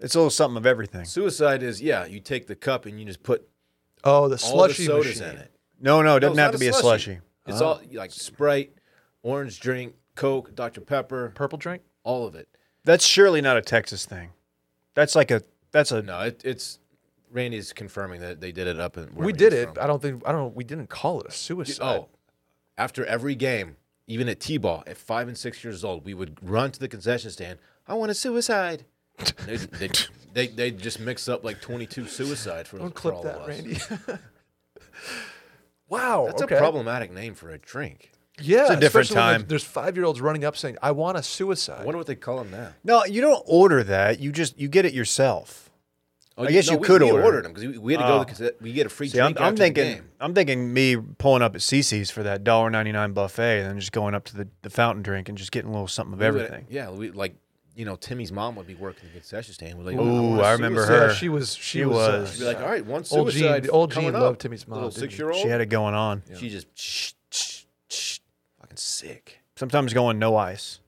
Speaker 1: It's a little something of everything.
Speaker 2: Suicide is yeah. You take the cup and you just put
Speaker 3: Oh, the
Speaker 2: all the
Speaker 3: slushy
Speaker 2: sodas
Speaker 3: machine.
Speaker 2: in it.
Speaker 1: No, no, it
Speaker 2: No,
Speaker 1: doesn't
Speaker 2: it's
Speaker 1: have to
Speaker 2: not a
Speaker 1: be a
Speaker 2: slushy.
Speaker 1: slushy.
Speaker 2: It's all like Sprite, orange drink, Coke, Dr Pepper,
Speaker 3: Purple drink?
Speaker 2: all of it.
Speaker 1: That's surely not a Texas thing. That's like a that's a
Speaker 2: No, it, it's Randy's confirming that they did it up and
Speaker 3: we did it. I don't think I don't we didn't call it a suicide.
Speaker 2: Oh, after every game, even at T-ball, at five and six years old, we would run to the concession stand. I want a suicide. they, they, they, they just mix up like 22 suicide for,
Speaker 3: Don't
Speaker 2: for
Speaker 3: clip
Speaker 2: all of
Speaker 3: that,
Speaker 2: us.
Speaker 3: Randy. wow.
Speaker 2: That's
Speaker 3: okay.
Speaker 2: a problematic name for a drink.
Speaker 3: Yeah.
Speaker 1: a different
Speaker 3: especially when
Speaker 1: time.
Speaker 3: There's five year olds running up saying, I want a suicide.
Speaker 2: I wonder what they call them now.
Speaker 1: No, you don't order that. You just you get it yourself.
Speaker 2: Oh,
Speaker 1: I guess you
Speaker 2: we,
Speaker 1: could
Speaker 2: we
Speaker 1: order.
Speaker 2: ordered them because we, we had to go.
Speaker 1: Oh.
Speaker 2: Because we get a free
Speaker 1: See, I'm,
Speaker 2: drink.
Speaker 1: I'm
Speaker 2: after the
Speaker 1: thinking
Speaker 2: game.
Speaker 1: I'm thinking me pulling up at CC's for that $1.99 buffet and then just going up to the, the fountain drink and just getting a little something of
Speaker 2: We would-
Speaker 1: everything.
Speaker 2: yeah, we like you know Timmy's mom would be working the concession stand. We're like,
Speaker 1: Ooh,
Speaker 2: oh, want a
Speaker 1: I remember
Speaker 2: suicide."
Speaker 1: her.
Speaker 3: Yeah, she was she,
Speaker 1: She
Speaker 3: was, uh,
Speaker 1: was.
Speaker 2: She'd be like, all right, one
Speaker 3: Old Gene-
Speaker 2: suicide.
Speaker 3: old
Speaker 2: coming
Speaker 3: Gene
Speaker 2: up."
Speaker 3: loved Timmy's mom,
Speaker 2: Little
Speaker 3: didn't he?
Speaker 2: six year old.
Speaker 1: She had it going on.
Speaker 2: She just shh, shh, shh, fucking sick.
Speaker 1: Sometimes going no ice.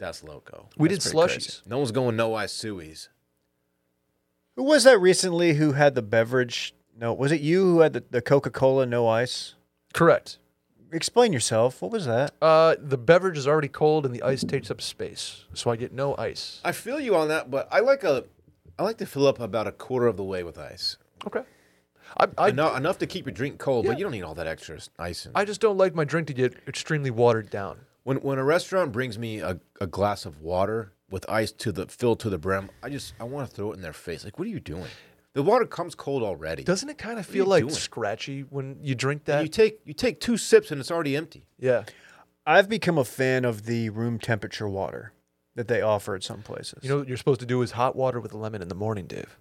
Speaker 2: That's loco.
Speaker 3: we
Speaker 1: That's
Speaker 3: did
Speaker 1: pretty crazy.
Speaker 3: slushies.
Speaker 2: No one's going no ice sueys.
Speaker 1: Who was that recently who had the beverage? No, was it you who had the, the Coca Cola no ice?
Speaker 3: Correct.
Speaker 1: Explain yourself. What was that?
Speaker 3: Uh, the beverage is already cold and the ice takes up space. So I get no ice.
Speaker 2: I feel you on that, but I like a, I like to fill up about a quarter of the way with ice.
Speaker 3: Okay. I, I,
Speaker 2: Enough, enough to keep your drink cold,
Speaker 3: Yeah.
Speaker 2: but you don't need all that extra s- ice. In.
Speaker 3: I just don't like my drink to get extremely watered down.
Speaker 2: when when a restaurant brings me a, a glass of water with ice to the filled to the brim, I just I want to throw it in their face. Like, what are you doing? The water comes cold already.
Speaker 3: Doesn't it kind of
Speaker 2: you
Speaker 3: feel like
Speaker 2: doing?
Speaker 3: scratchy when you drink that?
Speaker 2: you take you take two sips and it's already empty.
Speaker 3: yeah.
Speaker 1: I've become a fan of the room temperature water that they offer at some places.
Speaker 3: You know what you're supposed to do is hot water with lemon in the morning, Dave.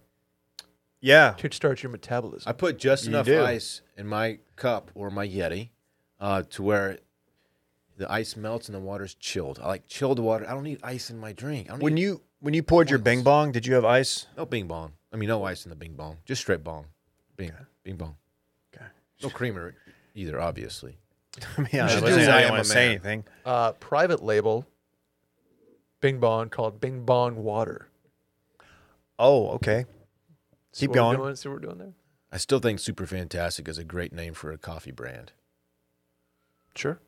Speaker 1: yeah.
Speaker 3: Kickstart your metabolism.
Speaker 2: I put just
Speaker 1: You
Speaker 2: enough
Speaker 1: do.
Speaker 2: ice in my cup or my Yeti uh, to where the ice melts and the water's chilled. I like chilled water. I don't need ice in my drink. I don't
Speaker 1: When
Speaker 2: need
Speaker 1: you when you poured your Bing Bong, did you have ice?
Speaker 2: no bing bong. I mean, no ice in the bing bong. Just straight bong. Bing bing bong.
Speaker 1: Okay.
Speaker 2: No creamer either, obviously.
Speaker 1: I mean, I
Speaker 2: should
Speaker 1: wasn't
Speaker 2: do that. I am
Speaker 1: want
Speaker 2: a
Speaker 1: to say
Speaker 2: man.
Speaker 1: anything.
Speaker 3: Uh, private label Bing Bong called Bing Bong Water.
Speaker 1: Oh, okay.
Speaker 3: See
Speaker 1: Keep
Speaker 3: what we're
Speaker 1: going.
Speaker 3: doing- See what we're doing there?
Speaker 2: I still think Super Fantastic is a great name for a coffee brand.
Speaker 3: Sure.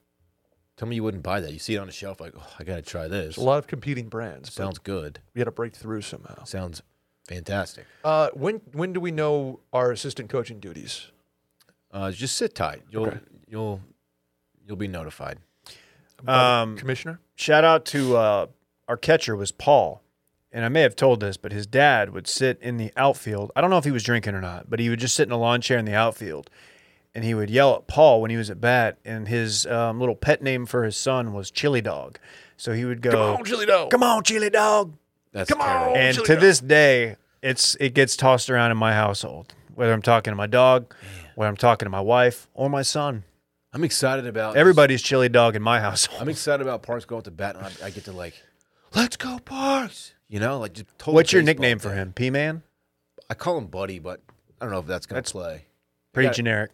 Speaker 2: Tell me you wouldn't buy that. You see it on the shelf, like, oh, I gotta try this.
Speaker 3: There's a lot of competing brands. but
Speaker 2: Sounds good.
Speaker 3: we had to break through somehow.
Speaker 2: Sounds fantastic.
Speaker 3: Uh, when when do we know our assistant coaching duties?
Speaker 2: Uh, just sit tight. You'll
Speaker 3: Okay.
Speaker 2: you'll you'll be notified.
Speaker 1: Um,
Speaker 3: Commissioner?
Speaker 1: shout out to uh, our catcher was Paul, and I may have told this, but his dad would sit in the outfield. I don't know if he was drinking or not, but he would just sit in a lawn chair in the outfield, and he would yell at Paul when he was at bat. And his um, little pet name for his son was Chili Dog, so he would go, "Come on, Chili Dog! Come on, Chili Dog!"
Speaker 2: That's Come terrible.
Speaker 1: and to this day, it's it gets tossed around in my household, whether I'm talking to my dog, whether I'm talking to my wife or my son.
Speaker 2: I'm excited about this-
Speaker 1: Everybody's Chili Dog in my household.
Speaker 2: I'm excited about Parks going to bat, and I, I get to like, let's go Parks. You know, like just total
Speaker 1: What's your
Speaker 2: baseball
Speaker 1: nickname for
Speaker 2: thing.
Speaker 1: him? P Man?
Speaker 2: I call him Buddy, but I don't know if that's gonna
Speaker 1: That's-
Speaker 2: play.
Speaker 1: Pretty
Speaker 2: got it.
Speaker 1: generic.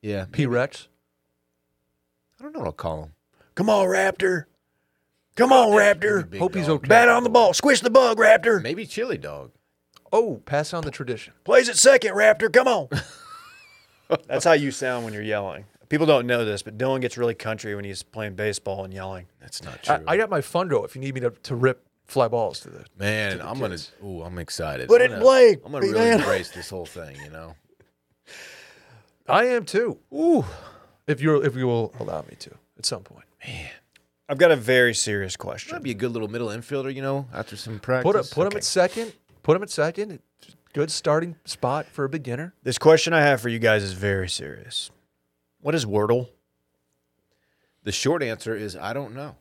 Speaker 2: Yeah,
Speaker 3: P Rex?
Speaker 2: I don't know what I'll call him.
Speaker 1: Come on, Raptor. Come on, Raptor.
Speaker 2: Big
Speaker 3: Hope he's
Speaker 2: dog.
Speaker 3: okay.
Speaker 1: Bat on the ball. Squish the bug, Raptor.
Speaker 2: Maybe Chili Dog.
Speaker 3: Oh, pass on the tradition.
Speaker 1: Plays it second, Raptor. Come on. That's how you sound when you're yelling. People don't know this, but Dylan gets really country when he's playing baseball and yelling.
Speaker 2: That's not true.
Speaker 3: I, I got my fundo if you need me to, to rip fly balls to the
Speaker 2: Man,
Speaker 3: the
Speaker 2: I'm
Speaker 3: kids.
Speaker 2: gonna. Ooh, I'm excited.
Speaker 1: Put
Speaker 2: I'm
Speaker 1: it
Speaker 2: gonna-
Speaker 1: blank,
Speaker 2: I'm gonna really
Speaker 1: man.
Speaker 2: embrace this whole thing. You know.
Speaker 3: I am too.
Speaker 2: Ooh.
Speaker 3: If you if you will allow me to at some point.
Speaker 1: I've got a very serious question.
Speaker 2: That'd be a good little middle infielder, you know, after some practice.
Speaker 3: Put it, put him at second. Put him at second. It's a Good starting spot for a beginner.
Speaker 1: This question I have for you guys is very serious. What is Wordle?
Speaker 2: The short answer is I don't know.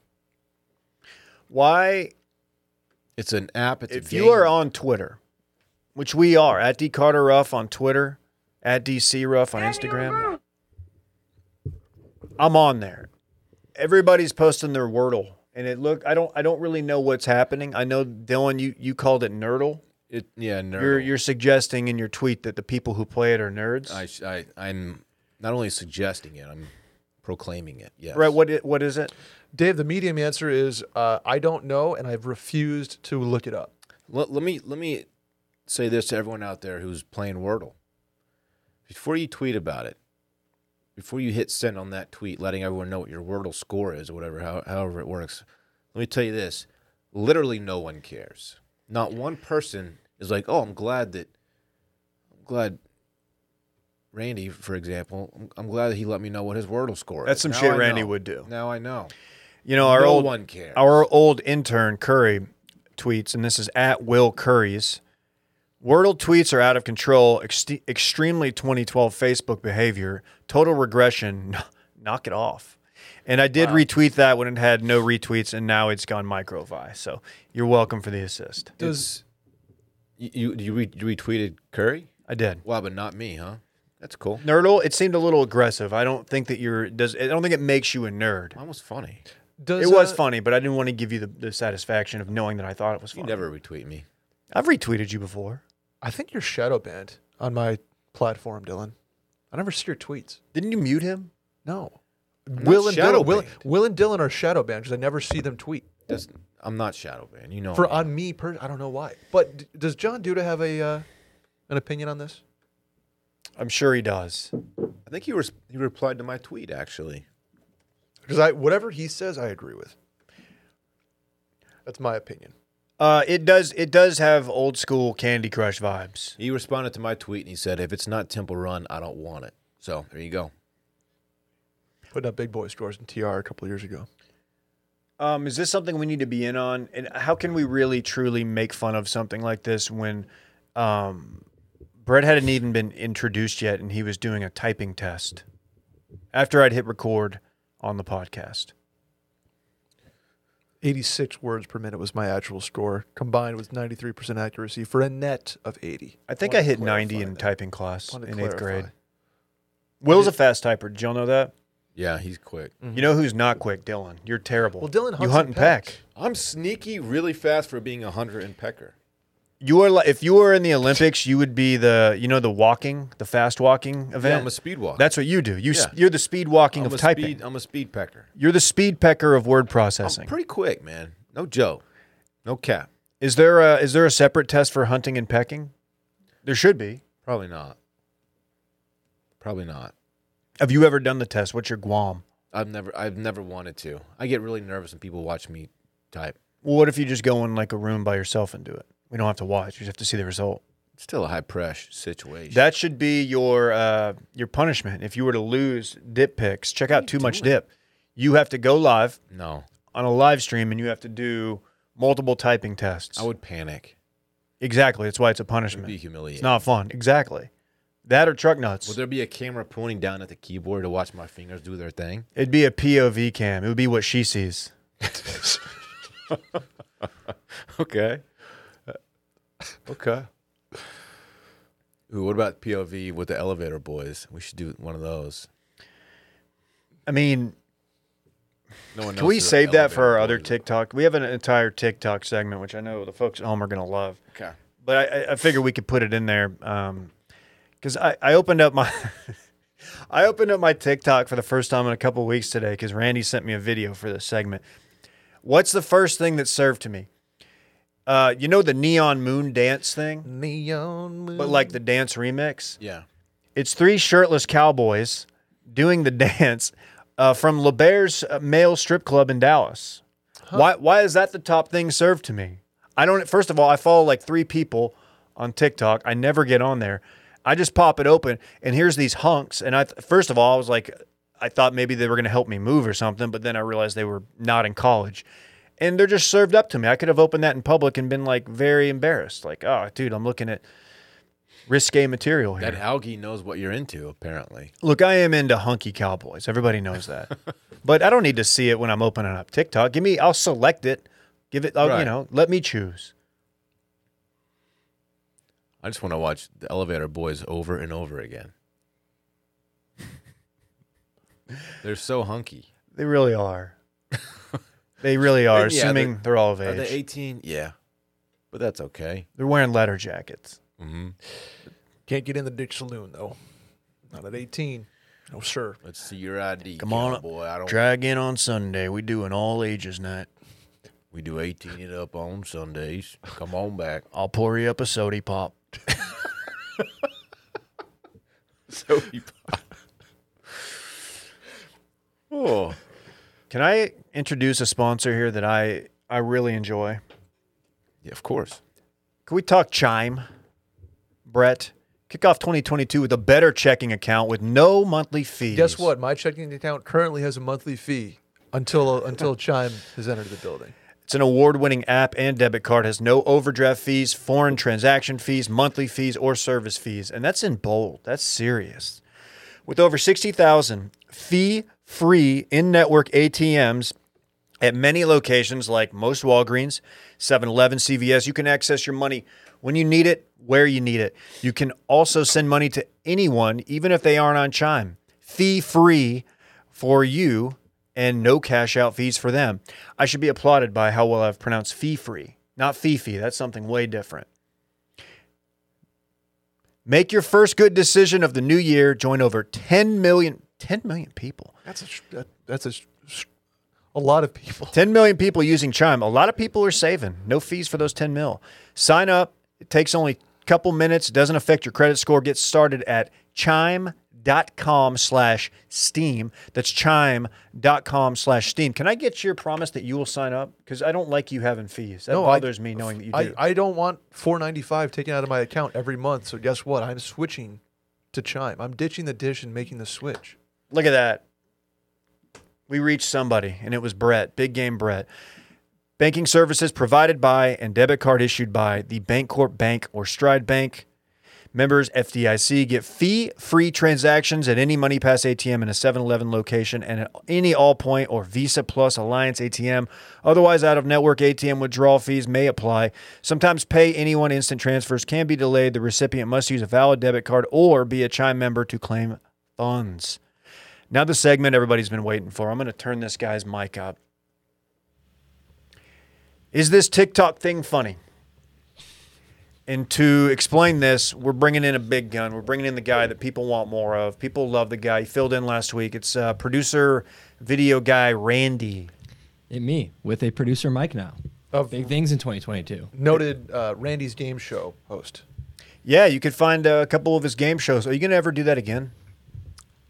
Speaker 1: Why,
Speaker 2: It's an app. It's a
Speaker 1: if
Speaker 2: game.
Speaker 1: you are on Twitter, which we are at D Carter Ruff on Twitter, at DC Ruff on Instagram, I'm on there. Everybody's posting their Wordle, and it look I don't I don't really know what's happening. I know Dylan, you you called it Nerdle.
Speaker 2: it, yeah, nerd.
Speaker 1: You're you're suggesting in your tweet that the people who play it are nerds.
Speaker 2: I, sh- I, I'm not only suggesting it, I'm proclaiming it. Yes.
Speaker 1: Right. What? i- What is it?
Speaker 3: Dave, the medium answer is uh, I don't know, and I've refused to look it up.
Speaker 2: Let, let me let me say this to everyone out there who's playing Wordle. Before you tweet about it, before you hit send on that tweet, letting everyone know what your Wordle score is or whatever, how, however it works, let me tell you this: literally no one cares. Not one person is like, "Oh, I'm glad that, I'm glad." Randy, for example, I'm, I'm glad that he let me know what his Wordle score is.
Speaker 1: That's some
Speaker 2: Now
Speaker 1: shit
Speaker 2: I
Speaker 1: Randy
Speaker 2: know.
Speaker 1: would do.
Speaker 2: Now I know.
Speaker 1: You know, our
Speaker 2: no
Speaker 1: old
Speaker 2: one cares.
Speaker 1: Our old intern Curry tweets, and this is at Will Curry's. Wordle tweets are out of control. Ext- extremely 2012 Facebook behavior. Total regression. Knock it off. And I did retweet that when it had no retweets, and now it's gone microvi. So you're welcome for the assist.
Speaker 2: Does you you, re- you retweeted Curry?
Speaker 1: I did.
Speaker 2: Wow, but not me, huh? That's cool.
Speaker 1: Nerdle, it seemed a little aggressive. I don't think that you're does. I don't think it makes you a nerd.
Speaker 2: Mine was funny.
Speaker 3: Does,
Speaker 1: It was
Speaker 3: uh,
Speaker 1: funny, but I didn't want to give you the, the satisfaction of knowing that I thought it was
Speaker 2: You
Speaker 1: funny.
Speaker 2: never retweet me.
Speaker 1: I've retweeted you before.
Speaker 3: I think you're shadow banned on my platform, Dylan. I never see your tweets.
Speaker 1: Didn't you mute him?
Speaker 3: No.
Speaker 2: not
Speaker 3: Will and,
Speaker 2: shadow
Speaker 3: Dylan, Will,
Speaker 2: banned.
Speaker 3: Will and Dylan are shadow banned because I never see them tweet.
Speaker 2: That's, I'm not shadow banned. You know.
Speaker 3: For
Speaker 2: me.
Speaker 3: on me, per- I don't know why. But d- does John Duda have a uh, an opinion on this?
Speaker 1: I'm sure he does.
Speaker 2: I think he was he replied to my tweet actually.
Speaker 3: Because I whatever he says, I agree with. That's my opinion.
Speaker 1: Uh, it does. It does have old school Candy Crush vibes.
Speaker 2: He responded to my tweet and he said, "If it's not Temple Run, I don't want it." So there you go.
Speaker 3: Putting up big boy scores in TR a couple of years ago.
Speaker 1: Um, is this something we need to be in on? And how can we really truly make fun of something like this when um, Brett hadn't even been introduced yet, and he was doing a typing test after I'd hit record on the podcast?
Speaker 3: 86 words per minute was my actual score, combined with 93% accuracy for a net of 80.
Speaker 1: I think I,
Speaker 3: Wanted to
Speaker 1: hit 90
Speaker 3: clarify
Speaker 1: in
Speaker 3: that.
Speaker 1: typing class in
Speaker 3: Wanted to
Speaker 1: eighth
Speaker 3: clarify.
Speaker 1: grade. Will's a fast typer. Did y'all know that?
Speaker 2: Yeah, he's quick.
Speaker 1: You know who's not quick, Dylan. You're terrible.
Speaker 3: Mm-hmm. Well, Dylan
Speaker 1: you
Speaker 3: hunts
Speaker 1: hunt and
Speaker 3: and
Speaker 1: peck.
Speaker 3: pecks.
Speaker 2: I'm sneaky, really fast for being a hunter and pecker.
Speaker 1: You are like if you were in the Olympics, you would be the you know the walking, the fast walking event.
Speaker 2: Yeah, I'm a speed walker.
Speaker 1: That's what you do. You s
Speaker 2: Yeah.
Speaker 1: you're the speed walking
Speaker 2: I'm
Speaker 1: of
Speaker 2: a
Speaker 1: typing.
Speaker 2: speed. I'm a speed pecker.
Speaker 1: You're the speed pecker of word
Speaker 2: I'm
Speaker 1: processing.
Speaker 2: pretty quick, man. No joke. No cap.
Speaker 1: is there a is there a separate test for hunting and pecking? There should be.
Speaker 2: Probably not. Probably not.
Speaker 1: Have you ever done the test? What's your Guam?
Speaker 2: I've never I've never wanted to. I get really nervous when people watch me type.
Speaker 1: Well, what if you just go in like a room by yourself and do it? We don't have to watch. You just have to see the result.
Speaker 2: It's still a high pressure situation.
Speaker 1: That should be your uh, your punishment if you were to lose dip picks. Check out too much dip. You have to go live
Speaker 2: no.
Speaker 1: on a live stream and you have to do multiple typing tests.
Speaker 2: I would panic.
Speaker 1: Exactly. That's why it's a
Speaker 2: It'd
Speaker 1: punishment.
Speaker 2: be humiliating.
Speaker 1: It's not fun. Exactly. That or truck
Speaker 2: Would
Speaker 1: nuts.
Speaker 2: there be a camera pointing down at the keyboard to watch my fingers do their thing?
Speaker 1: It'd be a POV cam. It would be what she sees. Uh,
Speaker 2: Okay.
Speaker 3: Okay.
Speaker 2: Ooh, what about POV with the elevator boys? We should do one of those.
Speaker 1: I mean,
Speaker 2: No one
Speaker 1: can we
Speaker 2: knows who the
Speaker 1: save that for our
Speaker 2: elevator
Speaker 1: other
Speaker 2: boys
Speaker 1: TikTok? We have an entire TikTok segment, which I know the folks at home are going to love.
Speaker 2: are. Okay.
Speaker 1: But I, I- I figure we could put it in there because I, I opened up my I opened up my TikTok for the first time in a couple weeks today because Randy sent me a video for this segment. What's the first thing that's served to me? Uh, you know the neon moon dance thing,
Speaker 3: Neon moon.
Speaker 1: but like the dance remix.
Speaker 2: Yeah.
Speaker 1: It's three shirtless cowboys doing the dance uh, from LeBare's uh, male strip club in Dallas. Why, why is that the top thing served to me? I don't, first of all, I follow like three people on TikTok. I never get on there. I just pop it open and here's these hunks. And I, th- first of all, I was like, I thought maybe they were going to help me move or something, but then I realized they were not in college. And they're just served up to me. I could have opened that in public and been like very embarrassed. Like, oh, dude, I'm looking at risque material here.
Speaker 2: That algae knows what you're into, apparently.
Speaker 1: Look, I am into hunky cowboys. Everybody knows that. but I don't need to see it when I'm opening up TikTok. Give me, I'll select it. Give it, I'll, you
Speaker 2: Right.
Speaker 1: know, let me choose.
Speaker 2: I just want to watch the elevator boys over and over again. They're so hunky.
Speaker 1: They really are. they really are,
Speaker 2: Yeah, they-
Speaker 1: assuming they're, all of
Speaker 2: Are
Speaker 1: age.
Speaker 2: they
Speaker 1: They
Speaker 2: 18? Yeah. But that's okay.
Speaker 1: are wearing letter jackets.
Speaker 2: Mm-hmm.
Speaker 3: Can't get in the Dick Saloon, though. Not at 18. Oh, sure.
Speaker 2: Let's see your ID.
Speaker 1: Come on up.
Speaker 2: boy. I don't.
Speaker 1: Drag in on Sunday. We do an all ages night.
Speaker 2: we do 18 and up on Sundays. Come on back.
Speaker 1: I'll pour you up a soda pop.
Speaker 2: So you- oh,
Speaker 1: Can I introduce a sponsor here that I I really enjoy?
Speaker 2: yeah, of course.
Speaker 1: Can we talk Chime? Brett, kick off 2022 with a better checking account with no monthly fees.
Speaker 3: Guess what? My checking account currently has a monthly fee until uh, until Chime has entered the building.
Speaker 1: It's an award winning app and debit card, has no overdraft fees, foreign transaction fees, monthly fees, or service fees. And that's in bold. That's serious. With over 60,000 fee free in network ATMs at many locations like most Walgreens, 7 Eleven, CVS, you can access your money when you need it, where you need it. You can also send money to anyone, even if they aren't on Chime. Fee free for you and no cash out fees for them. I should be applauded by how well I've pronounced fee free, not fee fee. That's something way different. Make your first good decision of the new year. Join over 10 million, 10 million people.
Speaker 3: That's a sh- that, that's a sh- sh- a lot of people.
Speaker 1: 10 million people using Chime. A lot of people are saving. No fees for those 10 mil. Sign up. It takes only a couple minutes. Doesn't affect your credit score. Get started at chime.com slash steam. That's chime.com slash steam. Can I get your promise that you will sign up? Because I don't like you having fees. That
Speaker 3: No, I-
Speaker 1: bothers me knowing that you do.
Speaker 3: I, I don't want 495 taken out of my account every month. So guess what? I'm switching to Chime. I'm ditching the dish and making the switch.
Speaker 1: Look at that. We reached somebody, and it was Brett, big game Brett. Banking services provided by and debit card issued by the Bancorp Bank or Stride Bank. Members FDIC get fee free transactions at any MoneyPass ATM in a 7 Eleven location and at any Allpoint or Visa Plus Alliance ATM. Otherwise, out of network ATM withdrawal fees may apply. Sometimes pay anyone instant transfers can be delayed. The recipient must use a valid debit card or be a Chime member to claim funds. Now the segment everybody's been waiting for. I'm going to turn this guy's mic up. Is this TikTok thing funny? And to explain this, we're bringing in a big gun. We're bringing in the guy that people want more of. People love the guy. He filled in last week. It's uh, producer, video guy Randy.
Speaker 4: And me with a producer mic now.
Speaker 3: Of-
Speaker 4: Big things in 2022.
Speaker 3: Noted uh, Randy's game show host.
Speaker 1: Yeah, you could find uh, a couple of his game shows. Are you going to ever do that again?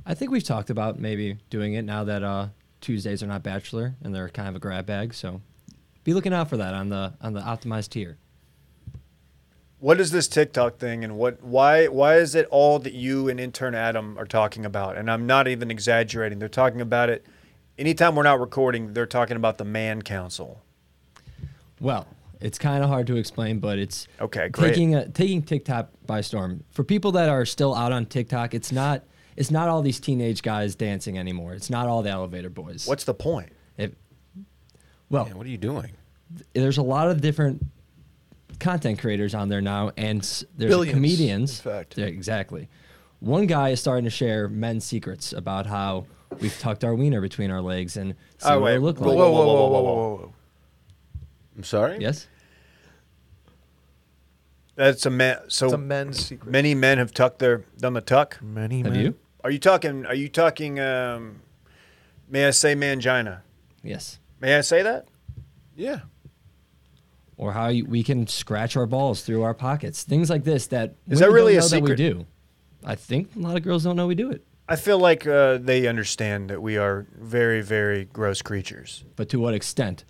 Speaker 4: I think we've talked about maybe doing it now that uh, Tuesdays are not Bachelor and they're kind of a grab bag. So be looking out for that on the on the optimized tier.
Speaker 1: What is this TikTok thing, and what why why is it all that you and intern Adam are talking about? And I'm not even exaggerating. They're talking about it. Anytime we're not recording, they're talking about the man council.
Speaker 4: Well, it's kind of hard to explain, but it's
Speaker 1: Okay, great.
Speaker 4: Taking uh taking TikTok by storm. For people that are still out on TikTok, it's not it's not all these teenage guys dancing anymore. It's not all the elevator boys.
Speaker 1: What's the point?
Speaker 4: It, well,
Speaker 2: Man, what are you doing?
Speaker 4: there's a lot of different content creators on there now, and s- there's
Speaker 3: Billions,
Speaker 4: comedians.
Speaker 3: in fact.
Speaker 4: Yeah, exactly. One guy is starting to share men's secrets about how we've tucked our wiener between our legs and see
Speaker 1: Oh,
Speaker 4: what
Speaker 1: wait.
Speaker 4: it looked
Speaker 1: Whoa,
Speaker 4: like.
Speaker 3: Whoa, whoa, whoa, whoa, whoa, whoa, whoa.
Speaker 2: I'm sorry.
Speaker 4: Yes.
Speaker 1: That's a man. So
Speaker 3: It's a men's secret.
Speaker 1: many men have tucked their done the tuck.
Speaker 3: many
Speaker 4: Have you?
Speaker 1: Are you talking? Are you talking? Um, may I say mangina?
Speaker 4: Yes.
Speaker 1: May I say that?
Speaker 2: Yeah.
Speaker 4: Or how you, we can scratch our balls through our pockets. Things like this that
Speaker 1: Is
Speaker 4: women
Speaker 1: that really
Speaker 4: don't
Speaker 1: a
Speaker 4: know
Speaker 1: secret?
Speaker 4: That we do. I think a lot of girls don't know we do it.
Speaker 1: I feel like uh, they understand that we are very, very gross creatures.
Speaker 4: but to what extent?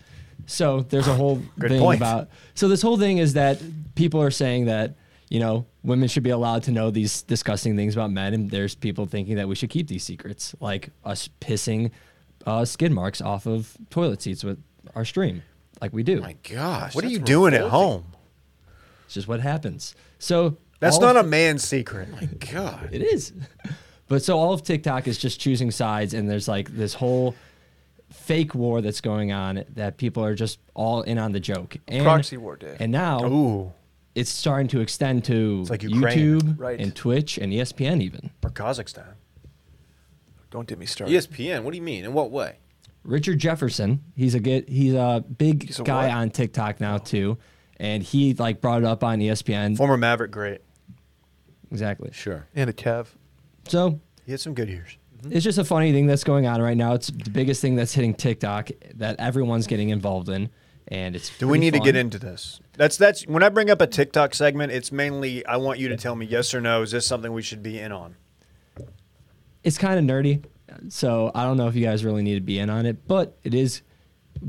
Speaker 4: So there's a whole
Speaker 1: Good
Speaker 4: thing
Speaker 1: point.
Speaker 4: about. So this whole thing is that people are saying that you know women should be allowed to know these disgusting things about men, and there's people thinking that we should keep these secrets, like us pissing uh, skin marks off of toilet seats with our stream, like we do.
Speaker 2: My gosh.
Speaker 1: What are
Speaker 2: that's
Speaker 1: you doing at
Speaker 2: revolting.
Speaker 1: home?
Speaker 4: It's just what happens. So
Speaker 1: That's
Speaker 4: all
Speaker 1: not
Speaker 4: of-
Speaker 1: a man's secret.
Speaker 2: God.
Speaker 4: It is. But so all of TikTok is just choosing sides, and there's like this whole fake war that's going on that people are just all in on the joke. And,
Speaker 3: Proxy war, Dave.
Speaker 4: And now
Speaker 1: Ooh,
Speaker 4: it's starting to extend to
Speaker 1: like Ukraine.
Speaker 4: YouTube
Speaker 3: Right.
Speaker 4: and Twitch and E ESPN even.
Speaker 1: or Kazakhstan.
Speaker 3: Don't get me
Speaker 2: E
Speaker 3: started.
Speaker 2: ESPN. What do you mean? In what way?
Speaker 4: Richard Jefferson, he's a get, he's a big
Speaker 3: He's a
Speaker 4: guy
Speaker 3: what? Oh.
Speaker 4: on TikTok now too, and he like brought it up on E ESPN.
Speaker 1: Former Maverick great.
Speaker 4: exactly.
Speaker 2: Sure.
Speaker 3: And a Kev.
Speaker 4: So
Speaker 1: He had some good years.
Speaker 3: Mm-hmm.
Speaker 4: It's just a funny thing that's going on right now. It's the biggest thing that's hitting TikTok that everyone's getting involved in, and it's.
Speaker 1: Do we need to get into this? That's that's when I bring up a TikTok segment, it's mainly I want you to tell me yes or no. Is this something we should be in on?
Speaker 4: It's kind of nerdy, so I don't know if you guys really need to be in on it, but it is.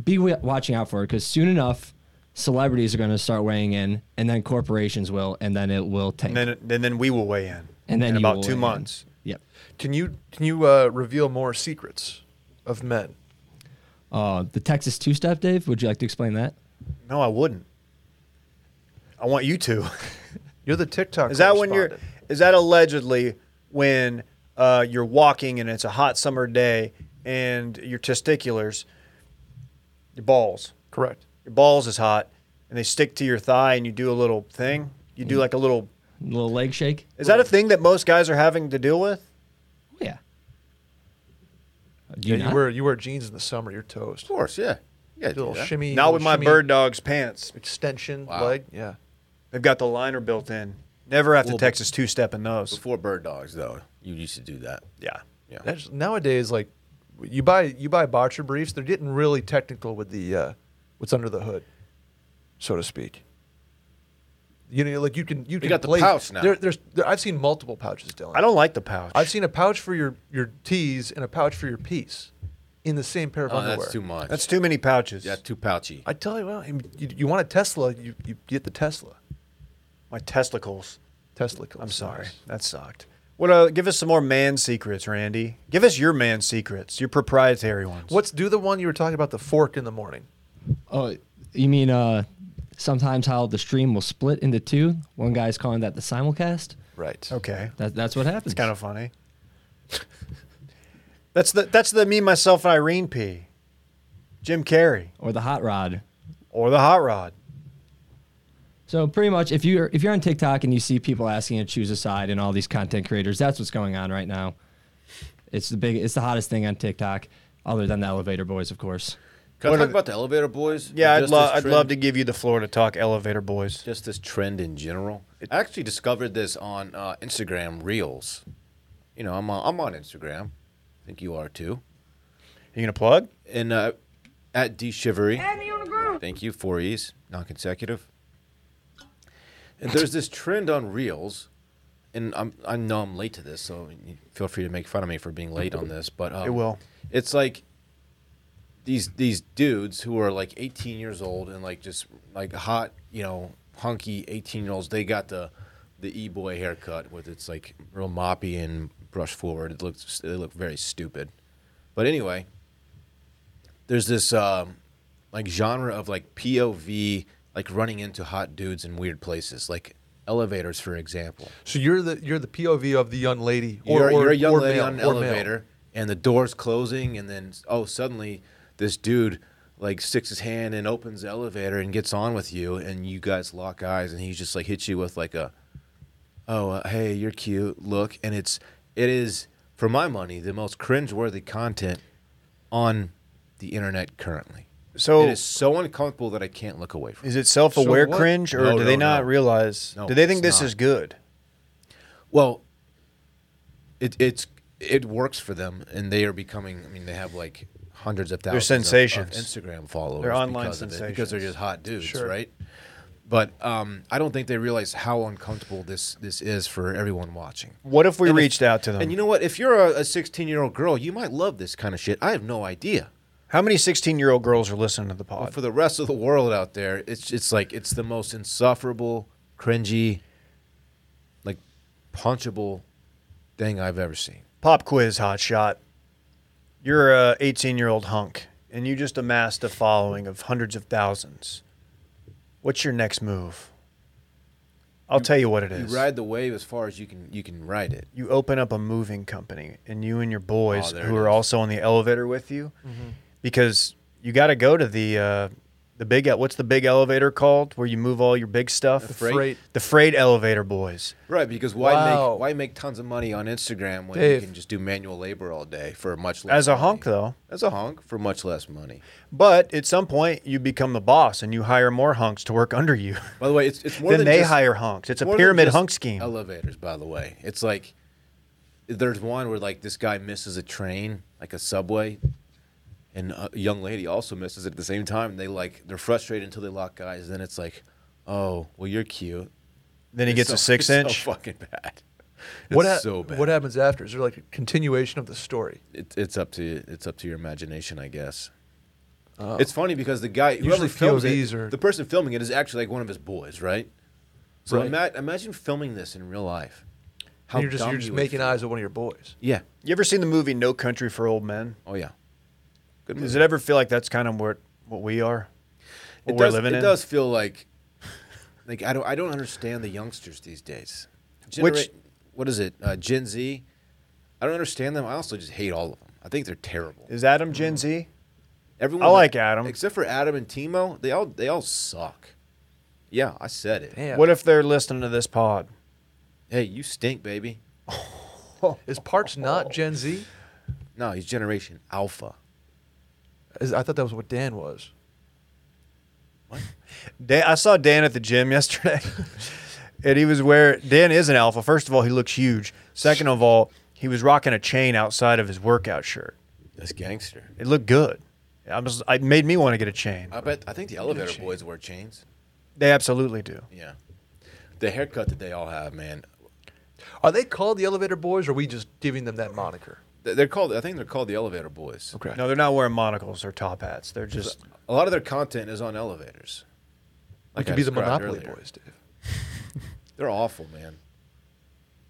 Speaker 4: Be wa- watching out for it because soon enough, celebrities are going to start weighing in, and then corporations will, and then it will tank.
Speaker 1: And then and then we will weigh in.
Speaker 4: And then
Speaker 1: in
Speaker 4: you
Speaker 1: about
Speaker 4: will
Speaker 1: two
Speaker 4: weigh in.
Speaker 1: months.
Speaker 4: Yep.
Speaker 3: Can you can you uh, reveal more secrets of men?
Speaker 4: Uh, the Texas two step, Dave. Would you like to explain that?
Speaker 1: No, I wouldn't. I want you to.
Speaker 3: You're the TikTok.
Speaker 1: Is that when you're?
Speaker 3: correspondent.
Speaker 1: Is that allegedly when uh, you're walking and it's a hot summer day and your testiculars, your balls,
Speaker 3: correct?
Speaker 1: your balls is hot, and they stick to your thigh and you do a little thing. You
Speaker 3: Mm.
Speaker 1: do like a little.
Speaker 4: little leg shake. Oh,
Speaker 1: Is that a thing that most guys are having to deal with?
Speaker 4: Yeah. Do
Speaker 3: Yeah,
Speaker 4: you
Speaker 3: you
Speaker 4: not?
Speaker 3: wear you wear jeans in the summer. You're toast.
Speaker 2: Of course, yeah. You gotta
Speaker 3: Do a
Speaker 2: do
Speaker 3: little
Speaker 2: that.
Speaker 3: shimmy.
Speaker 1: Not
Speaker 3: little
Speaker 1: with my
Speaker 3: shimmy
Speaker 1: bird dog's pants.
Speaker 3: extension
Speaker 2: Wow.
Speaker 3: leg. Yeah.
Speaker 1: They've got the liner built in. Never have to
Speaker 2: Well, but-
Speaker 1: Texas two step in those.
Speaker 2: Before bird dogs, though, you used to do that.
Speaker 1: Yeah.
Speaker 2: Yeah.
Speaker 3: That's, nowadays, like you buy you buy boxer briefs, they're getting really technical with the uh, what's under the hood, so to speak. You know, like you can you can
Speaker 2: got the
Speaker 3: play-
Speaker 2: pouch now.
Speaker 3: There, there's there, I've seen multiple pouches, Dylan.
Speaker 1: I don't like the pouch.
Speaker 3: I've seen a pouch for your your tees and a pouch for your piece, in the same pair of
Speaker 2: Oh,
Speaker 3: underwear.
Speaker 2: that's too much.
Speaker 1: That's too many pouches.
Speaker 2: Yeah, too pouchy.
Speaker 3: I tell you, well, I mean, you, you want a Tesla, you, you get the Tesla.
Speaker 1: My testicles.
Speaker 3: Tesla.
Speaker 1: I'm sorry. That sucked. What? Uh, give us some more man secrets, Randy. Give us your man secrets, your proprietary ones.
Speaker 3: What's do the one you were talking about the fork in the morning?
Speaker 4: oh, you mean uh, sometimes how the stream will split into two? One guy's calling that the simulcast.
Speaker 3: Right.
Speaker 1: Okay,
Speaker 4: That, that's what happens.
Speaker 1: it's kind of funny. that's the that's the me myself and Irene P. Jim Carrey
Speaker 4: or the hot rod.
Speaker 1: or the hot rod.
Speaker 4: So pretty much, if you're if you're on TikTok and you see people asking you to choose a side and all these content creators, that's what's going on right now. It's the big, it's the hottest thing on TikTok, other than the Elevator Boys, of course.
Speaker 2: Can I
Speaker 1: What
Speaker 2: talk
Speaker 1: are-
Speaker 2: about the elevator boys?
Speaker 1: Yeah, I'd
Speaker 2: Just
Speaker 1: love
Speaker 2: this
Speaker 1: I'd
Speaker 2: trend-
Speaker 1: love to give you the floor to talk elevator boys.
Speaker 2: Just this trend in general. I actually discovered this on uh, Instagram Reels. You know, I'm on, I'm on Instagram. I think you are too.
Speaker 1: You gonna plug?
Speaker 2: And uh, at D Shivery. Thank you, four E's, non consecutive. And there's this trend on Reels, and I'm, I know I'm late to this, so you feel free to make fun of me for being late on this. But um,
Speaker 1: It will.
Speaker 2: It's like these these dudes who are like 18 years old and like just like hot, you know, hunky 18 year olds. They got the the e boy haircut with its like real moppy and brush forward. It looks they look very stupid. But anyway, there's this um, like genre of like POV, like running into hot dudes in weird places, like elevators, for example.
Speaker 3: So you're the you're the POV of the young lady,
Speaker 2: you're,
Speaker 3: or, or-
Speaker 2: you're a young
Speaker 3: or
Speaker 2: lady
Speaker 3: male,
Speaker 2: on an
Speaker 3: or male.
Speaker 2: elevator, and the door's closing, and then oh, suddenly this dude like sticks his hand and opens the elevator and gets on with you, and you guys lock eyes, and he's just like hits you with like a oh uh, hey you're cute look, and it's it is for my money the most cringeworthy content on the internet currently.
Speaker 1: So
Speaker 2: it is so uncomfortable that I can't look away from. it.
Speaker 1: is it self aware
Speaker 3: So what-
Speaker 1: cringe or
Speaker 2: No,
Speaker 1: do
Speaker 2: no,
Speaker 1: they
Speaker 2: no.
Speaker 1: not realize?
Speaker 2: No,
Speaker 1: do they think
Speaker 2: it's
Speaker 1: this
Speaker 2: not.
Speaker 1: is good?
Speaker 2: Well, it it's it works for them, and they are becoming. I mean, they have like hundreds of 1000s
Speaker 1: sensations.
Speaker 2: Instagram followers.
Speaker 1: They're online
Speaker 2: because of it, because they're
Speaker 1: sensations.
Speaker 2: just hot dudes,
Speaker 3: Sure.
Speaker 2: right? But um, I don't think they realize how uncomfortable this this is for everyone watching.
Speaker 1: What if we
Speaker 2: And if-
Speaker 1: reached out to them?
Speaker 2: And you know what? If you're a 16 year old girl, you might love this kind of shit. I have no idea.
Speaker 1: How many 16 year old girls are listening to the pod?
Speaker 2: For the rest of the world out there, it's it's like it's the most insufferable, cringy, like punchable thing I've ever seen.
Speaker 1: Pop quiz, hot shot. You're a 18 year old hunk, and you just amassed a following of hundreds of thousands. What's your next move? I'll tell you what it
Speaker 2: You
Speaker 1: is.
Speaker 2: ride the wave as far as you can. You can ride it.
Speaker 1: You open up a moving company, and you and your boys,
Speaker 2: Oh, there
Speaker 1: who
Speaker 2: it
Speaker 1: are
Speaker 2: is. Mm-hmm.
Speaker 1: also on the elevator with you, because you got to go to the uh, the big. What's the big elevator called where you move all your big stuff?
Speaker 2: The freight-
Speaker 1: The freight elevator boys.
Speaker 2: Right, because why
Speaker 3: Wow.
Speaker 2: make why make tons of money on Instagram when
Speaker 3: Dave.
Speaker 2: you can just do manual labor all day for much less?
Speaker 1: As a
Speaker 2: money?
Speaker 1: hunk, though.
Speaker 2: As a honk for much less money.
Speaker 1: But at some point, you become the boss, and you hire more hunks to work under you.
Speaker 2: By the way, it's it's more
Speaker 1: then
Speaker 2: than
Speaker 1: they
Speaker 2: just,
Speaker 1: hire hunks. It's a
Speaker 2: more than
Speaker 1: pyramid
Speaker 2: just
Speaker 1: hunk scheme.
Speaker 2: Elevators, by the way, it's like there's one where like this guy misses a train, like a subway, and a young lady also misses it at the same time. And they like they're frustrated until they lock eyes. Then it's like, oh, well, you're cute.
Speaker 1: Then he
Speaker 2: It's
Speaker 1: gets
Speaker 2: so-
Speaker 1: a six
Speaker 2: it's
Speaker 1: inch.
Speaker 2: So fucking bad. It's
Speaker 3: What, ha-
Speaker 2: so bad.
Speaker 3: what happens after? Is there like a continuation of the story?
Speaker 2: it, it's up to it's up to your imagination, I guess.
Speaker 1: Oh.
Speaker 2: It's funny because the guy
Speaker 3: Usually
Speaker 2: whoever films
Speaker 3: POVs
Speaker 2: it,
Speaker 3: are-
Speaker 2: the person filming it is actually like one of his boys, right? So
Speaker 3: Right.
Speaker 2: ima- imagine filming this in real life. How
Speaker 3: And you're just
Speaker 2: dumb
Speaker 3: you're just
Speaker 2: you would
Speaker 3: making
Speaker 2: feel.
Speaker 3: eyes at one of your boys.
Speaker 2: Yeah.
Speaker 1: You ever seen the movie No Country for Old Men?
Speaker 2: Oh yeah. Good
Speaker 1: Does
Speaker 2: movie.
Speaker 1: it ever feel like that's kind of what what we are? What
Speaker 2: it
Speaker 1: we're
Speaker 2: does,
Speaker 1: living
Speaker 2: it
Speaker 1: in?
Speaker 2: does feel like like I don't I don't understand the youngsters these days.
Speaker 1: Which-
Speaker 2: Which what is it? Uh, Gen Z. I don't understand them. I also just hate all of them. I think they're terrible.
Speaker 1: Is Adam Gen Z?
Speaker 2: Everyone
Speaker 1: I like Adam.
Speaker 2: except for Adam and Timo. They all they all suck. Yeah, I said it.
Speaker 3: Damn.
Speaker 1: What if they're listening to this pod?
Speaker 2: Hey, you stink, baby.
Speaker 3: Is
Speaker 2: Oh.
Speaker 3: Parks not Gen Z?
Speaker 2: No, he's Generation Alpha.
Speaker 3: Is, I thought that was what Dan was.
Speaker 1: Dan, I saw Dan at the gym yesterday, and he was where Dan is an alpha. First of all, he looks huge. Second of all, he was rocking a chain outside of his workout shirt.
Speaker 2: That's gangster.
Speaker 1: It looked good. I was, it made me want to get a chain.
Speaker 2: I bet. I think the elevator boys wear chains.
Speaker 1: They absolutely do.
Speaker 2: Yeah. The haircut that they all have, man.
Speaker 3: Are they called the Elevator Boys, or are we just giving them that moniker?
Speaker 2: They- They're called. I think they're called the elevator boys.
Speaker 3: Okay.
Speaker 1: No, they're not wearing monocles or top hats. They're just
Speaker 2: A lot of their content is on elevators.
Speaker 3: we
Speaker 2: Like I
Speaker 3: could be the
Speaker 2: described
Speaker 3: Monopoly
Speaker 2: earlier.
Speaker 3: Boys, Dave.
Speaker 2: They're awful, man.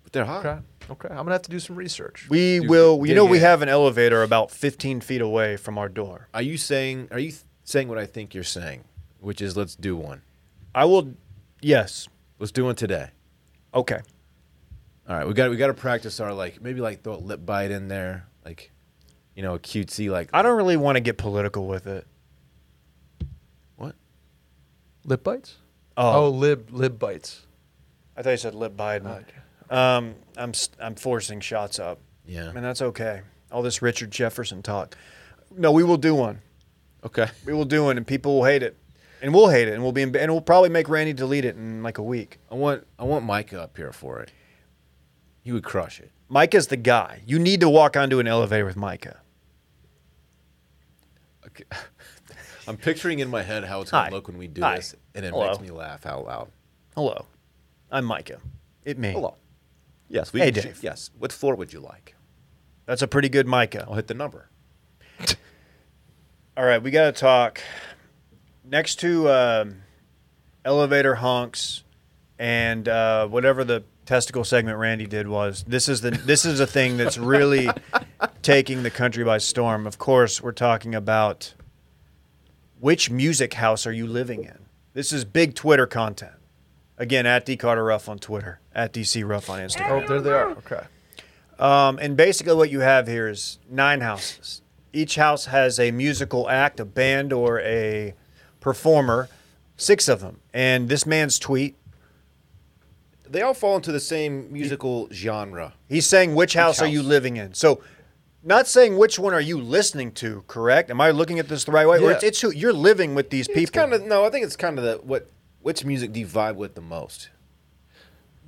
Speaker 2: But they're hot.
Speaker 3: Okay. Okay. I'm gonna have to do some research.
Speaker 1: we
Speaker 2: Dude,
Speaker 1: will. You
Speaker 2: yeah,
Speaker 1: know, we
Speaker 2: yeah.
Speaker 1: have an elevator about 15 feet away from our door.
Speaker 2: Are you saying? Are you th- saying what I think you're saying? Which is, let's do one.
Speaker 1: I will. Yes.
Speaker 2: Let's do one today.
Speaker 1: Okay.
Speaker 2: All right, we got we got to practice our like maybe like throw a lip bite in there, like you know, a cutesy like
Speaker 1: I don't really want to get political with it.
Speaker 2: what?
Speaker 3: lip bites.
Speaker 1: Oh,
Speaker 3: lib lib bites.
Speaker 1: I thought you said lip Biden.
Speaker 3: Okay.
Speaker 1: Um, I'm s- I'm forcing shots up.
Speaker 2: Yeah.
Speaker 1: and that's okay. All this Richard Jefferson talk. No, we will do one.
Speaker 2: Okay.
Speaker 1: We will do one, and people will hate it, and we'll hate it, and we'll be emb- and we'll probably make Randy delete it in like a week.
Speaker 2: I want I want Micah up here for it. He would crush it.
Speaker 1: Micah is the guy. You need to walk onto an elevator with Micah.
Speaker 2: Okay. I'm picturing in my head how it's
Speaker 1: Hi.
Speaker 2: gonna look when we do
Speaker 1: Hi.
Speaker 2: this, and it
Speaker 1: Hello.
Speaker 2: makes me laugh out loud.
Speaker 1: Hello, I'm Micah. It me.
Speaker 2: Hello. Yes. We
Speaker 1: Hey, Dave.
Speaker 2: Yes. What floor would you like?
Speaker 1: That's a pretty good Micah.
Speaker 2: I'll hit the number.
Speaker 1: All right, we got to talk. Next to um, elevator honks and uh, whatever the testicle segment Randy did was, this is the this is a thing that's really taking the country by storm. Of course, we're talking about which music house are you living in? This is big Twitter content. Again, at D Carter Ruff on Twitter, at DC Ruff on Instagram.
Speaker 3: Oh, there they are. Okay.
Speaker 1: Um, and basically, what you have here is nine houses. Each house has a musical act, a band, or a performer. Six of them. And this man's tweet,
Speaker 2: They all fall into the same musical genre.
Speaker 1: he's saying, "Which house, are
Speaker 2: house?
Speaker 1: you living in?" So, not saying which one are you listening to. Correct? Am I looking at this the right way? Or
Speaker 3: Yeah.
Speaker 1: it's, it's who you're living with these
Speaker 2: It's
Speaker 1: people.
Speaker 2: kind of no. I think it's kind of the what. Which music do you vibe with the most?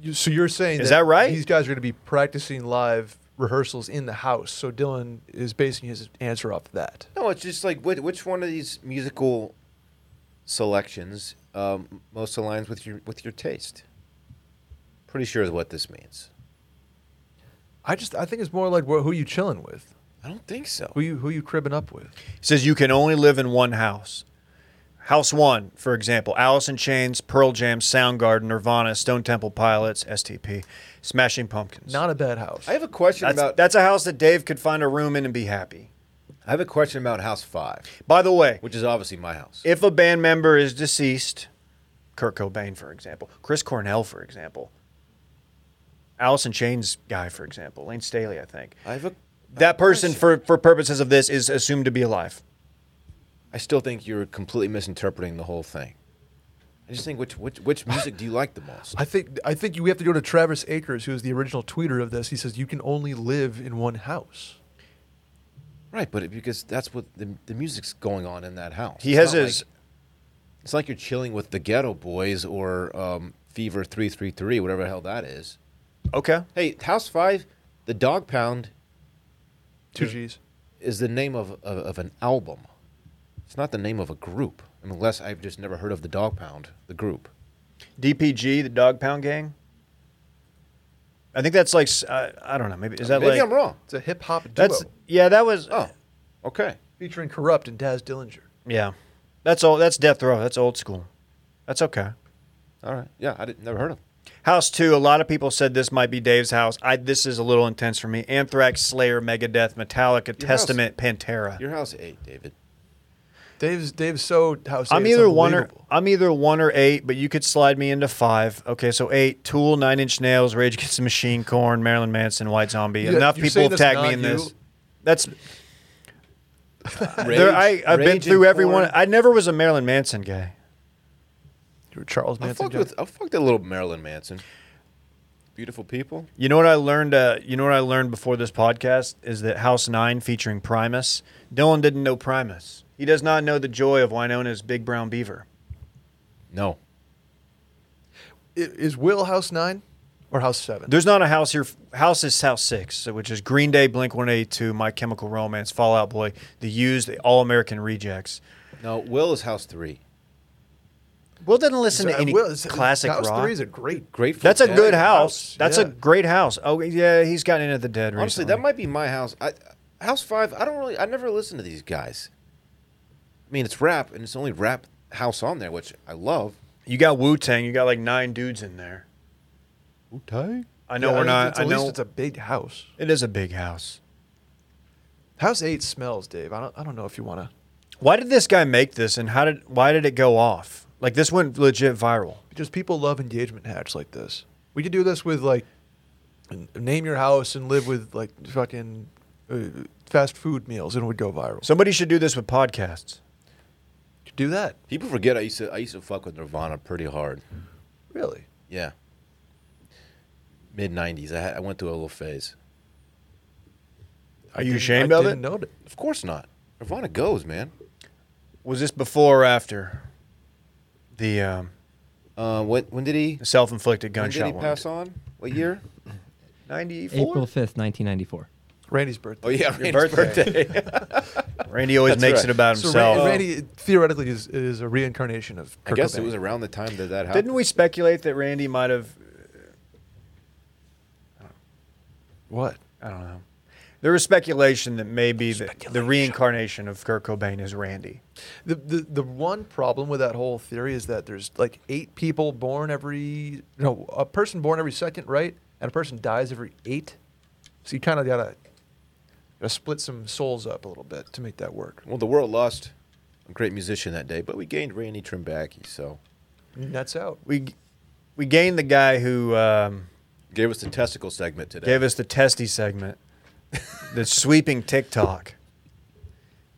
Speaker 3: You, so you're saying
Speaker 1: Is that right?
Speaker 3: These guys are going to be practicing live rehearsals in the house. So Dylan is basing his answer off that.
Speaker 2: No, it's just like which, which one of these musical selections um, most aligns with your with your taste. Pretty sure is what this means.
Speaker 3: I just I think it's more like wh- who you chilling with,
Speaker 2: I don't think so.
Speaker 3: who you who you cribbing up with.
Speaker 1: He says you can only live in one house. House one, for example, Alice in Chains, Pearl Jam, Soundgarden, Nirvana, Stone Temple Pilots, STP, Smashing Pumpkins.
Speaker 3: Not a bad house.
Speaker 2: I have a question
Speaker 1: That's,
Speaker 2: about
Speaker 1: that's a house that Dave could find a room in and be happy.
Speaker 2: I have a question about House Five,
Speaker 1: By the way,
Speaker 2: which is obviously my house.
Speaker 1: if a band member is deceased, Kurt Cobain, for example, Chris Cornell, for example, Alice in Chains guy, for example, Lane Staley, I think,
Speaker 2: I have a
Speaker 1: that person, for, for purposes of this, is assumed to be alive.
Speaker 2: I still think you're completely misinterpreting the whole thing. I just think which which which music do you like the most?
Speaker 3: I think I think you have to go to Travis Akers, who is the original tweeter of this. He says you can only live in one house.
Speaker 2: Right, but it, because that's what the, the music's going on in that house.
Speaker 1: He
Speaker 2: It's
Speaker 1: has
Speaker 2: not
Speaker 1: his-
Speaker 2: like- it's like you're chilling with the Ghetto Boys or um, Fever Three Three Three, whatever the hell that is.
Speaker 1: Okay.
Speaker 2: Hey, House Five, The Dog Pound
Speaker 3: Two G's.
Speaker 2: is the name of, of, of an album. It's not the name of a group, unless I've just never heard of the Dog Pound, the group.
Speaker 1: DPG, the Dog Pound Gang. I think that's like s- I, I don't know. Maybe is that
Speaker 2: Maybe
Speaker 1: like
Speaker 2: I'm wrong.
Speaker 3: It's a hip hop duo
Speaker 1: that's yeah. That was
Speaker 2: Oh, okay.
Speaker 3: featuring Corrupt and Daz Dillinger.
Speaker 1: yeah. That's old. That's Death Row. That's old school. That's okay.
Speaker 2: All right. Yeah, I didn't, never heard of. 'em.
Speaker 1: House two. A lot of people said this might be Dave's house. I this is a little intense for me. Anthrax, Slayer, Megadeth, Metallica,
Speaker 2: Your house-
Speaker 1: Testament, Pantera.
Speaker 2: Your house eight, David.
Speaker 3: Dave's Dave's so house.
Speaker 1: I'm
Speaker 3: eight, it's
Speaker 1: either one or
Speaker 3: unbelievable.
Speaker 1: I'm either one or eight, but you could slide me into five. Okay, so eight: Tool, Nine Inch Nails, Rage Against the Machine, Corn, Marilyn Manson, White Zombie.
Speaker 3: Yeah,
Speaker 1: Enough
Speaker 3: you're saying
Speaker 1: people have
Speaker 3: that's
Speaker 1: tagged me
Speaker 3: not
Speaker 1: in
Speaker 3: you.
Speaker 1: this. That's
Speaker 2: Rage-
Speaker 1: there, I, I've been
Speaker 2: Rage
Speaker 1: through
Speaker 2: and
Speaker 1: every one.
Speaker 2: Corn.
Speaker 1: I never was a Marilyn Manson guy.
Speaker 3: You're Charles
Speaker 2: I
Speaker 3: Manson.
Speaker 2: fucked
Speaker 3: guy.
Speaker 2: with I fucked a little Marilyn Manson. Beautiful people.
Speaker 1: You know what I learned? Uh, you know what I learned before this podcast is that House Nine featuring Primus. Dylan didn't know Primus. He does not know the joy of Winona's Big Brown Beaver.
Speaker 2: No.
Speaker 3: I- is Will House Nine or House Seven?
Speaker 1: There's not a house here. House is House Six, which is Green Day, Blink 182, My Chemical Romance, Fallout Boy, The Used, The All American Rejects.
Speaker 2: No, Will is house three.
Speaker 1: Will doesn't listen to
Speaker 3: Uh,
Speaker 1: any
Speaker 3: Will- it's-
Speaker 1: classic
Speaker 3: house
Speaker 1: rock.
Speaker 3: Three is a great.
Speaker 2: Grateful.
Speaker 1: That's a
Speaker 2: Dead.
Speaker 1: good house.
Speaker 3: house,
Speaker 1: That's a
Speaker 3: yeah.
Speaker 1: great house. Oh yeah, he's gotten into the dead
Speaker 2: Honestly,
Speaker 1: recently.
Speaker 2: that might be my house. I, house five. I don't really. I never listen to these guys. I mean, it's rap, and it's the only rap house on there, which I love.
Speaker 1: you got Wu Tang. You got like nine dudes in there.
Speaker 2: Okay.
Speaker 1: I know
Speaker 3: Yeah,
Speaker 1: we're
Speaker 3: it's-
Speaker 1: not.
Speaker 3: it's-
Speaker 1: I
Speaker 3: at
Speaker 1: know
Speaker 3: least it's a big house.
Speaker 1: it is a big house.
Speaker 3: House Eight smells, Dave. I don't. I don't know if you want to.
Speaker 1: Why did this guy make this, and how did why did it go off? Like this went legit viral.
Speaker 3: because people love engagement hats like this. We could do this with like n- name your house and live with like fucking uh, fast food meals and it would go viral. So
Speaker 1: Somebody should do this with podcasts.
Speaker 3: do that.
Speaker 2: People forget I used to. I used to fuck with Nirvana pretty hard.
Speaker 3: Really?
Speaker 2: Yeah. Mid '90s. I, had, I went through a little phase.
Speaker 1: Are you
Speaker 3: didn't-
Speaker 1: ashamed
Speaker 3: I
Speaker 1: of
Speaker 3: didn't
Speaker 1: it?
Speaker 3: know that.
Speaker 2: Of course not. Nirvana goes, man.
Speaker 1: Was this before or after the um,
Speaker 2: Uh, when when did he?
Speaker 1: self inflicted
Speaker 2: When did
Speaker 1: gunshot
Speaker 2: he pass on? What year?
Speaker 1: Ninety
Speaker 4: April 5th, 1994.
Speaker 3: Randy's birthday.
Speaker 2: Oh yeah, Randy's
Speaker 1: birthday.
Speaker 2: birthday.
Speaker 1: Randy always
Speaker 2: That's
Speaker 1: makes
Speaker 2: right.
Speaker 1: it about
Speaker 3: So
Speaker 1: himself. Um,
Speaker 3: Randy, Randy theoretically is, is a reincarnation of
Speaker 2: I
Speaker 3: Kurt
Speaker 2: guess
Speaker 3: Cobain.
Speaker 2: it was around the time that that happened.
Speaker 1: Didn't we speculate that Randy might have?
Speaker 3: what?
Speaker 1: I don't know. There was speculation that maybe the, the reincarnation of Kurt Cobain is Randy.
Speaker 3: The, the the one problem with that whole theory is that there's like eight people born every no a person born every second right and a person dies every eight, so you kind of gotta, gotta split some souls up a little bit to make that work.
Speaker 2: Well, the world lost a great musician that day, but we gained Randy Trimbacki, so
Speaker 3: Nuts out.
Speaker 1: We we gained the guy who um,
Speaker 2: gave us the testicle segment today.
Speaker 1: gave us the testy segment, the sweeping TikTok.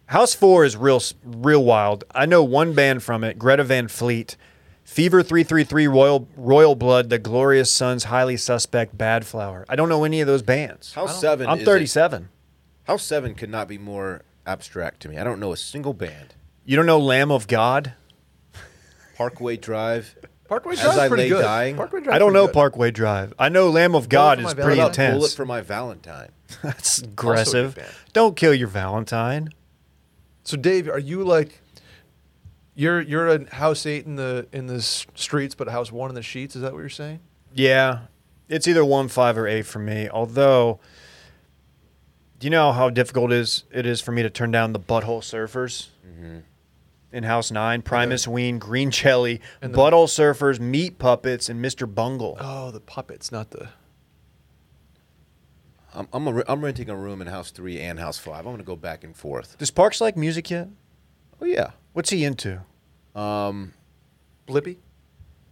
Speaker 1: House Four is real, s- real wild. I know one band from it, Greta Van Fleet, Fever Three Three Three, Royal Royal Blood, The Glorious Sons, Highly Suspect, Bad Flower. I don't know any of those bands.
Speaker 3: I
Speaker 2: House
Speaker 3: don't-
Speaker 2: Seven.
Speaker 1: I'm
Speaker 2: is a-
Speaker 1: 37.
Speaker 2: House Seven could not be more abstract to me. I don't know a single band.
Speaker 1: You don't know Lamb of God?
Speaker 2: Parkway Drive.
Speaker 3: Parkway
Speaker 2: As
Speaker 3: Drive's
Speaker 2: I
Speaker 3: pretty
Speaker 2: Lay
Speaker 3: good.
Speaker 2: Dying.
Speaker 3: Parkway Drive's
Speaker 1: I don't
Speaker 3: pretty
Speaker 1: know
Speaker 3: good.
Speaker 1: Parkway Drive. I know Lamb of God
Speaker 3: for
Speaker 1: is
Speaker 3: my
Speaker 1: pretty
Speaker 2: How about Bullet
Speaker 1: intense.
Speaker 2: for My Valentine.
Speaker 1: That's
Speaker 3: good
Speaker 1: aggressive.
Speaker 3: band.
Speaker 1: Don't kill your Valentine.
Speaker 3: So Dave, are you like, you're you're a house eight in the in the s- streets, but a house one in the sheets? Is that what you're saying?
Speaker 1: Yeah, it's either one five or eight for me. Although, do you know how difficult is it is for me to turn down the Butthole Surfers
Speaker 2: Mm-hmm.
Speaker 1: in House Nine, Primus Ween, Green Jelly,
Speaker 3: And the-
Speaker 1: Butthole Surfers, Meat Puppets, and Mister Bungle.
Speaker 3: Oh, the puppets, not the.
Speaker 2: I'm I'm, a, I'm renting a room in House Three and House Five. I'm going to go back and forth.
Speaker 1: Does Parks like music yet?
Speaker 2: Oh yeah.
Speaker 1: What's he into?
Speaker 2: Um,
Speaker 3: Blippy?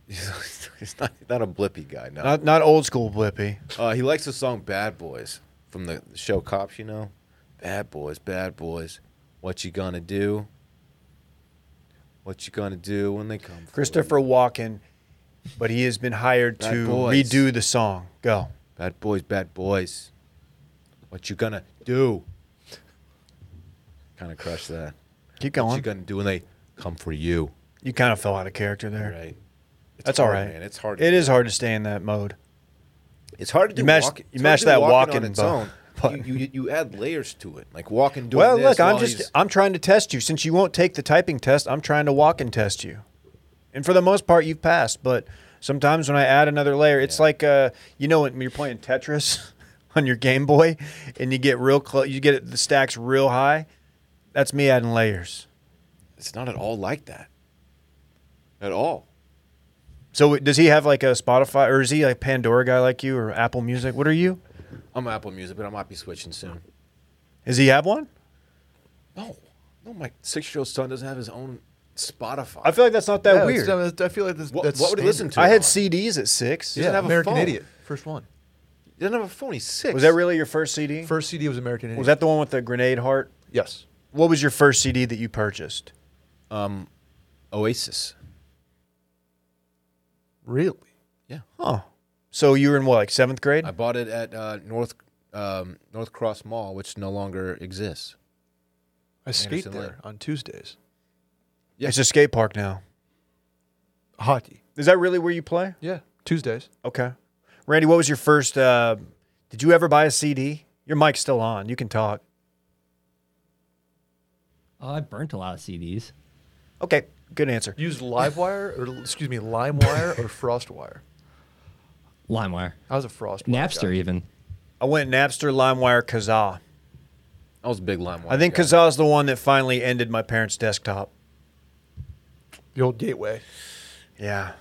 Speaker 2: he's not not a blippy guy. No.
Speaker 1: Not not old school Blippy.
Speaker 2: Uh, he likes the song "Bad Boys" from the show Cops. You know, "Bad Boys, Bad Boys." What you gonna do? What you gonna do when they come? for
Speaker 1: Christopher Walken, but he has been hired
Speaker 2: Bad
Speaker 1: to
Speaker 2: boys.
Speaker 1: redo the song. Go.
Speaker 2: you? Bad boys, bad boys. What you gonna do? Kind of crush that.
Speaker 1: Keep
Speaker 2: What
Speaker 1: going.
Speaker 2: you gonna do when they come for you?
Speaker 1: You kind of fell out of character there.
Speaker 2: Right. It's
Speaker 1: That's
Speaker 2: hard,
Speaker 1: all right.
Speaker 2: man. It's hard.
Speaker 1: It is hard to stay in that mode.
Speaker 2: It's hard to do.
Speaker 1: You mash-
Speaker 2: walk-
Speaker 1: you
Speaker 2: it's hard
Speaker 1: mash
Speaker 2: to do
Speaker 1: that
Speaker 2: walking on
Speaker 1: walking
Speaker 2: its
Speaker 1: bu-
Speaker 2: own.
Speaker 1: button.
Speaker 2: You, you you add layers to it, like walking. Doing
Speaker 1: Well,
Speaker 2: this
Speaker 1: look, I'm
Speaker 2: while
Speaker 1: just
Speaker 2: he's-
Speaker 1: I'm trying to test you. Since you won't take the typing test, I'm trying to walk and test you. And for the most part, you've passed. But sometimes when I add another layer, it's like uh, you know when you're playing Tetris on your Game Boy, and you get real close, you get it- the stacks real high. That's me adding layers.
Speaker 2: it's not at all like that. At all.
Speaker 1: So does he have like a Spotify or is he like Pandora guy like you or Apple Music? What are you?
Speaker 2: I'm Apple Music, but I might be switching soon.
Speaker 1: Does he have one?
Speaker 2: No, no, my six-year-old son doesn't have his own Spotify.
Speaker 1: I feel like that's not that
Speaker 3: Yeah, it's-
Speaker 1: weird.
Speaker 3: I- I feel like that's,
Speaker 2: What-
Speaker 3: that's
Speaker 2: what would he listen
Speaker 3: standard.
Speaker 2: to?
Speaker 1: I had
Speaker 2: on.
Speaker 1: CDs at six.
Speaker 2: doesn't
Speaker 3: Yeah,
Speaker 2: have a
Speaker 3: American
Speaker 2: phone.
Speaker 3: Idiot, first one.
Speaker 2: He doesn't have a phone. He's six.
Speaker 1: Was that really your first CD?
Speaker 3: First CD was American Idiot.
Speaker 1: Was that the one with the grenade heart?
Speaker 3: Yes.
Speaker 1: What was your first CD that you purchased?
Speaker 2: Um, Oasis.
Speaker 3: Really?
Speaker 2: Yeah,
Speaker 1: Huh. So you were in what, like seventh grade?
Speaker 2: I bought it at uh, North um, North Cross Mall, which no longer exists.
Speaker 3: I skate
Speaker 2: Anderson
Speaker 3: there
Speaker 2: Lake.
Speaker 3: on Tuesdays.
Speaker 2: yeah.
Speaker 1: It's a skate park now.
Speaker 3: Hockey.
Speaker 1: Is that really where you play?
Speaker 3: Yeah, Tuesdays.
Speaker 1: Okay. Randy, what was your first? Uh, did you ever buy a CD? Your mic's still on. You can talk.
Speaker 4: Oh, I burnt a lot of CDs.
Speaker 1: Okay. Good answer.
Speaker 3: Used LiveWire or excuse me, LimeWire or FrostWire.
Speaker 4: LimeWire,
Speaker 3: I was a FrostWire.
Speaker 4: Napster,
Speaker 3: guy.
Speaker 4: even.
Speaker 1: I went Napster, LimeWire, Kazaa.
Speaker 2: I was a big LimeWire.
Speaker 1: I think
Speaker 2: guy.
Speaker 1: Kazaa's the one that finally ended my parents' desktop.
Speaker 3: The old gateway.
Speaker 1: Yeah.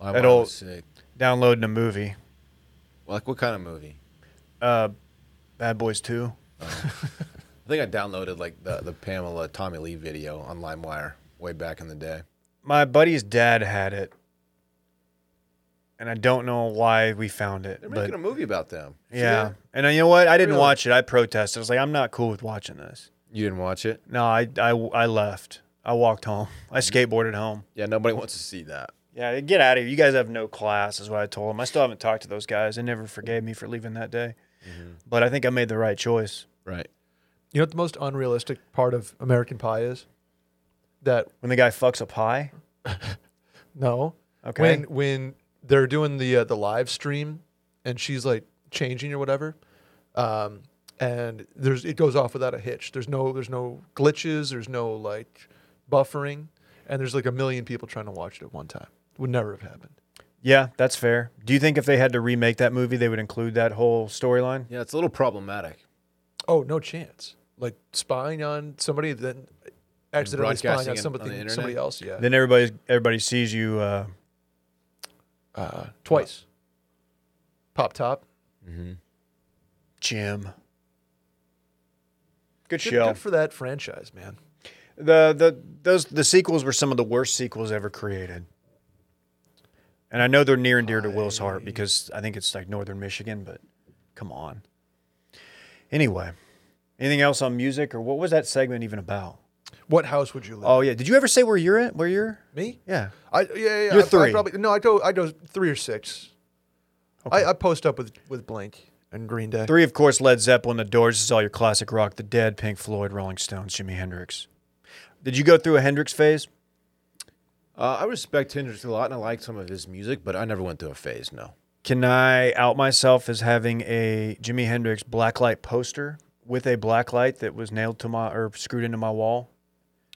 Speaker 2: LimeWire
Speaker 1: that old-
Speaker 2: was sick.
Speaker 1: Downloading a movie,
Speaker 2: Like what kind of movie?
Speaker 1: uh, Bad Boys 2.
Speaker 2: I think I downloaded like the, the Pamela Tommy Lee video on LimeWire way back in the day.
Speaker 1: My buddy's dad had it. And I don't know why we found it.
Speaker 2: They're
Speaker 1: but-
Speaker 2: making a movie about them. See
Speaker 1: Yeah.
Speaker 2: that?
Speaker 1: And uh, you know what? I didn't
Speaker 2: Really?
Speaker 1: watch it. I protested. I was like, I'm not cool with watching this.
Speaker 2: You didn't watch it?
Speaker 1: No, I, I, I left. I walked home. I skateboarded home.
Speaker 2: Yeah, nobody wants to see that.
Speaker 1: Yeah, get out of here. You guys have no class, is what I told them. I still haven't talked to those guys. They never forgave me for leaving that day. But I think I made the right choice.
Speaker 2: Right.
Speaker 3: You know what the most unrealistic part of American Pie is? That
Speaker 1: When the guy fucks a pie,
Speaker 3: no.
Speaker 1: Okay.
Speaker 3: When when they're doing the uh, the live stream and she's like changing or whatever, um, and there's it goes off without a hitch. There's no there's no glitches. There's no like buffering, and there's like a million people trying to watch it at one time. Would never have happened.
Speaker 1: yeah, that's fair. Do you think if they had to remake that movie, they would include that whole storyline?
Speaker 2: Yeah, it's a little problematic.
Speaker 3: Oh, no chance. Like spying on somebody, then accidentally spying
Speaker 2: broadcasting
Speaker 3: on
Speaker 2: it on
Speaker 3: somebody,
Speaker 2: the internet?
Speaker 3: somebody else. Yeah,
Speaker 1: Then everybody everybody sees you. Uh,
Speaker 3: uh, twice. Pop top.
Speaker 1: Jim. Good
Speaker 3: Good,
Speaker 1: show.
Speaker 3: good for that franchise, man.
Speaker 1: the the those the sequels were some of the worst sequels ever created. And I know they're near and dear to Will's heart because I think it's like Northern Michigan, but come on. Anyway, anything else on music or what was that segment even about?
Speaker 3: What house would you live?
Speaker 1: Oh yeah, did you ever say where you're at? Where you're?
Speaker 3: Me?
Speaker 1: Yeah.
Speaker 3: I yeah yeah. yeah.
Speaker 1: You're
Speaker 3: I,
Speaker 1: three.
Speaker 3: I probably, no, I go I go three or six. I, I post up with with Blink and Green Day.
Speaker 1: Three, of course, Led Zeppelin, The Doors. This is all your classic rock: The Dead, Pink Floyd, Rolling Stones, Jimi Hendrix. Did you go through a Hendrix phase?
Speaker 2: Uh, I respect Hendrix a lot, and I like some of his music, but I never went through a phase. No,
Speaker 1: Can I out myself as having a Jimi Hendrix blacklight poster with a blacklight that was nailed to my or screwed into my wall?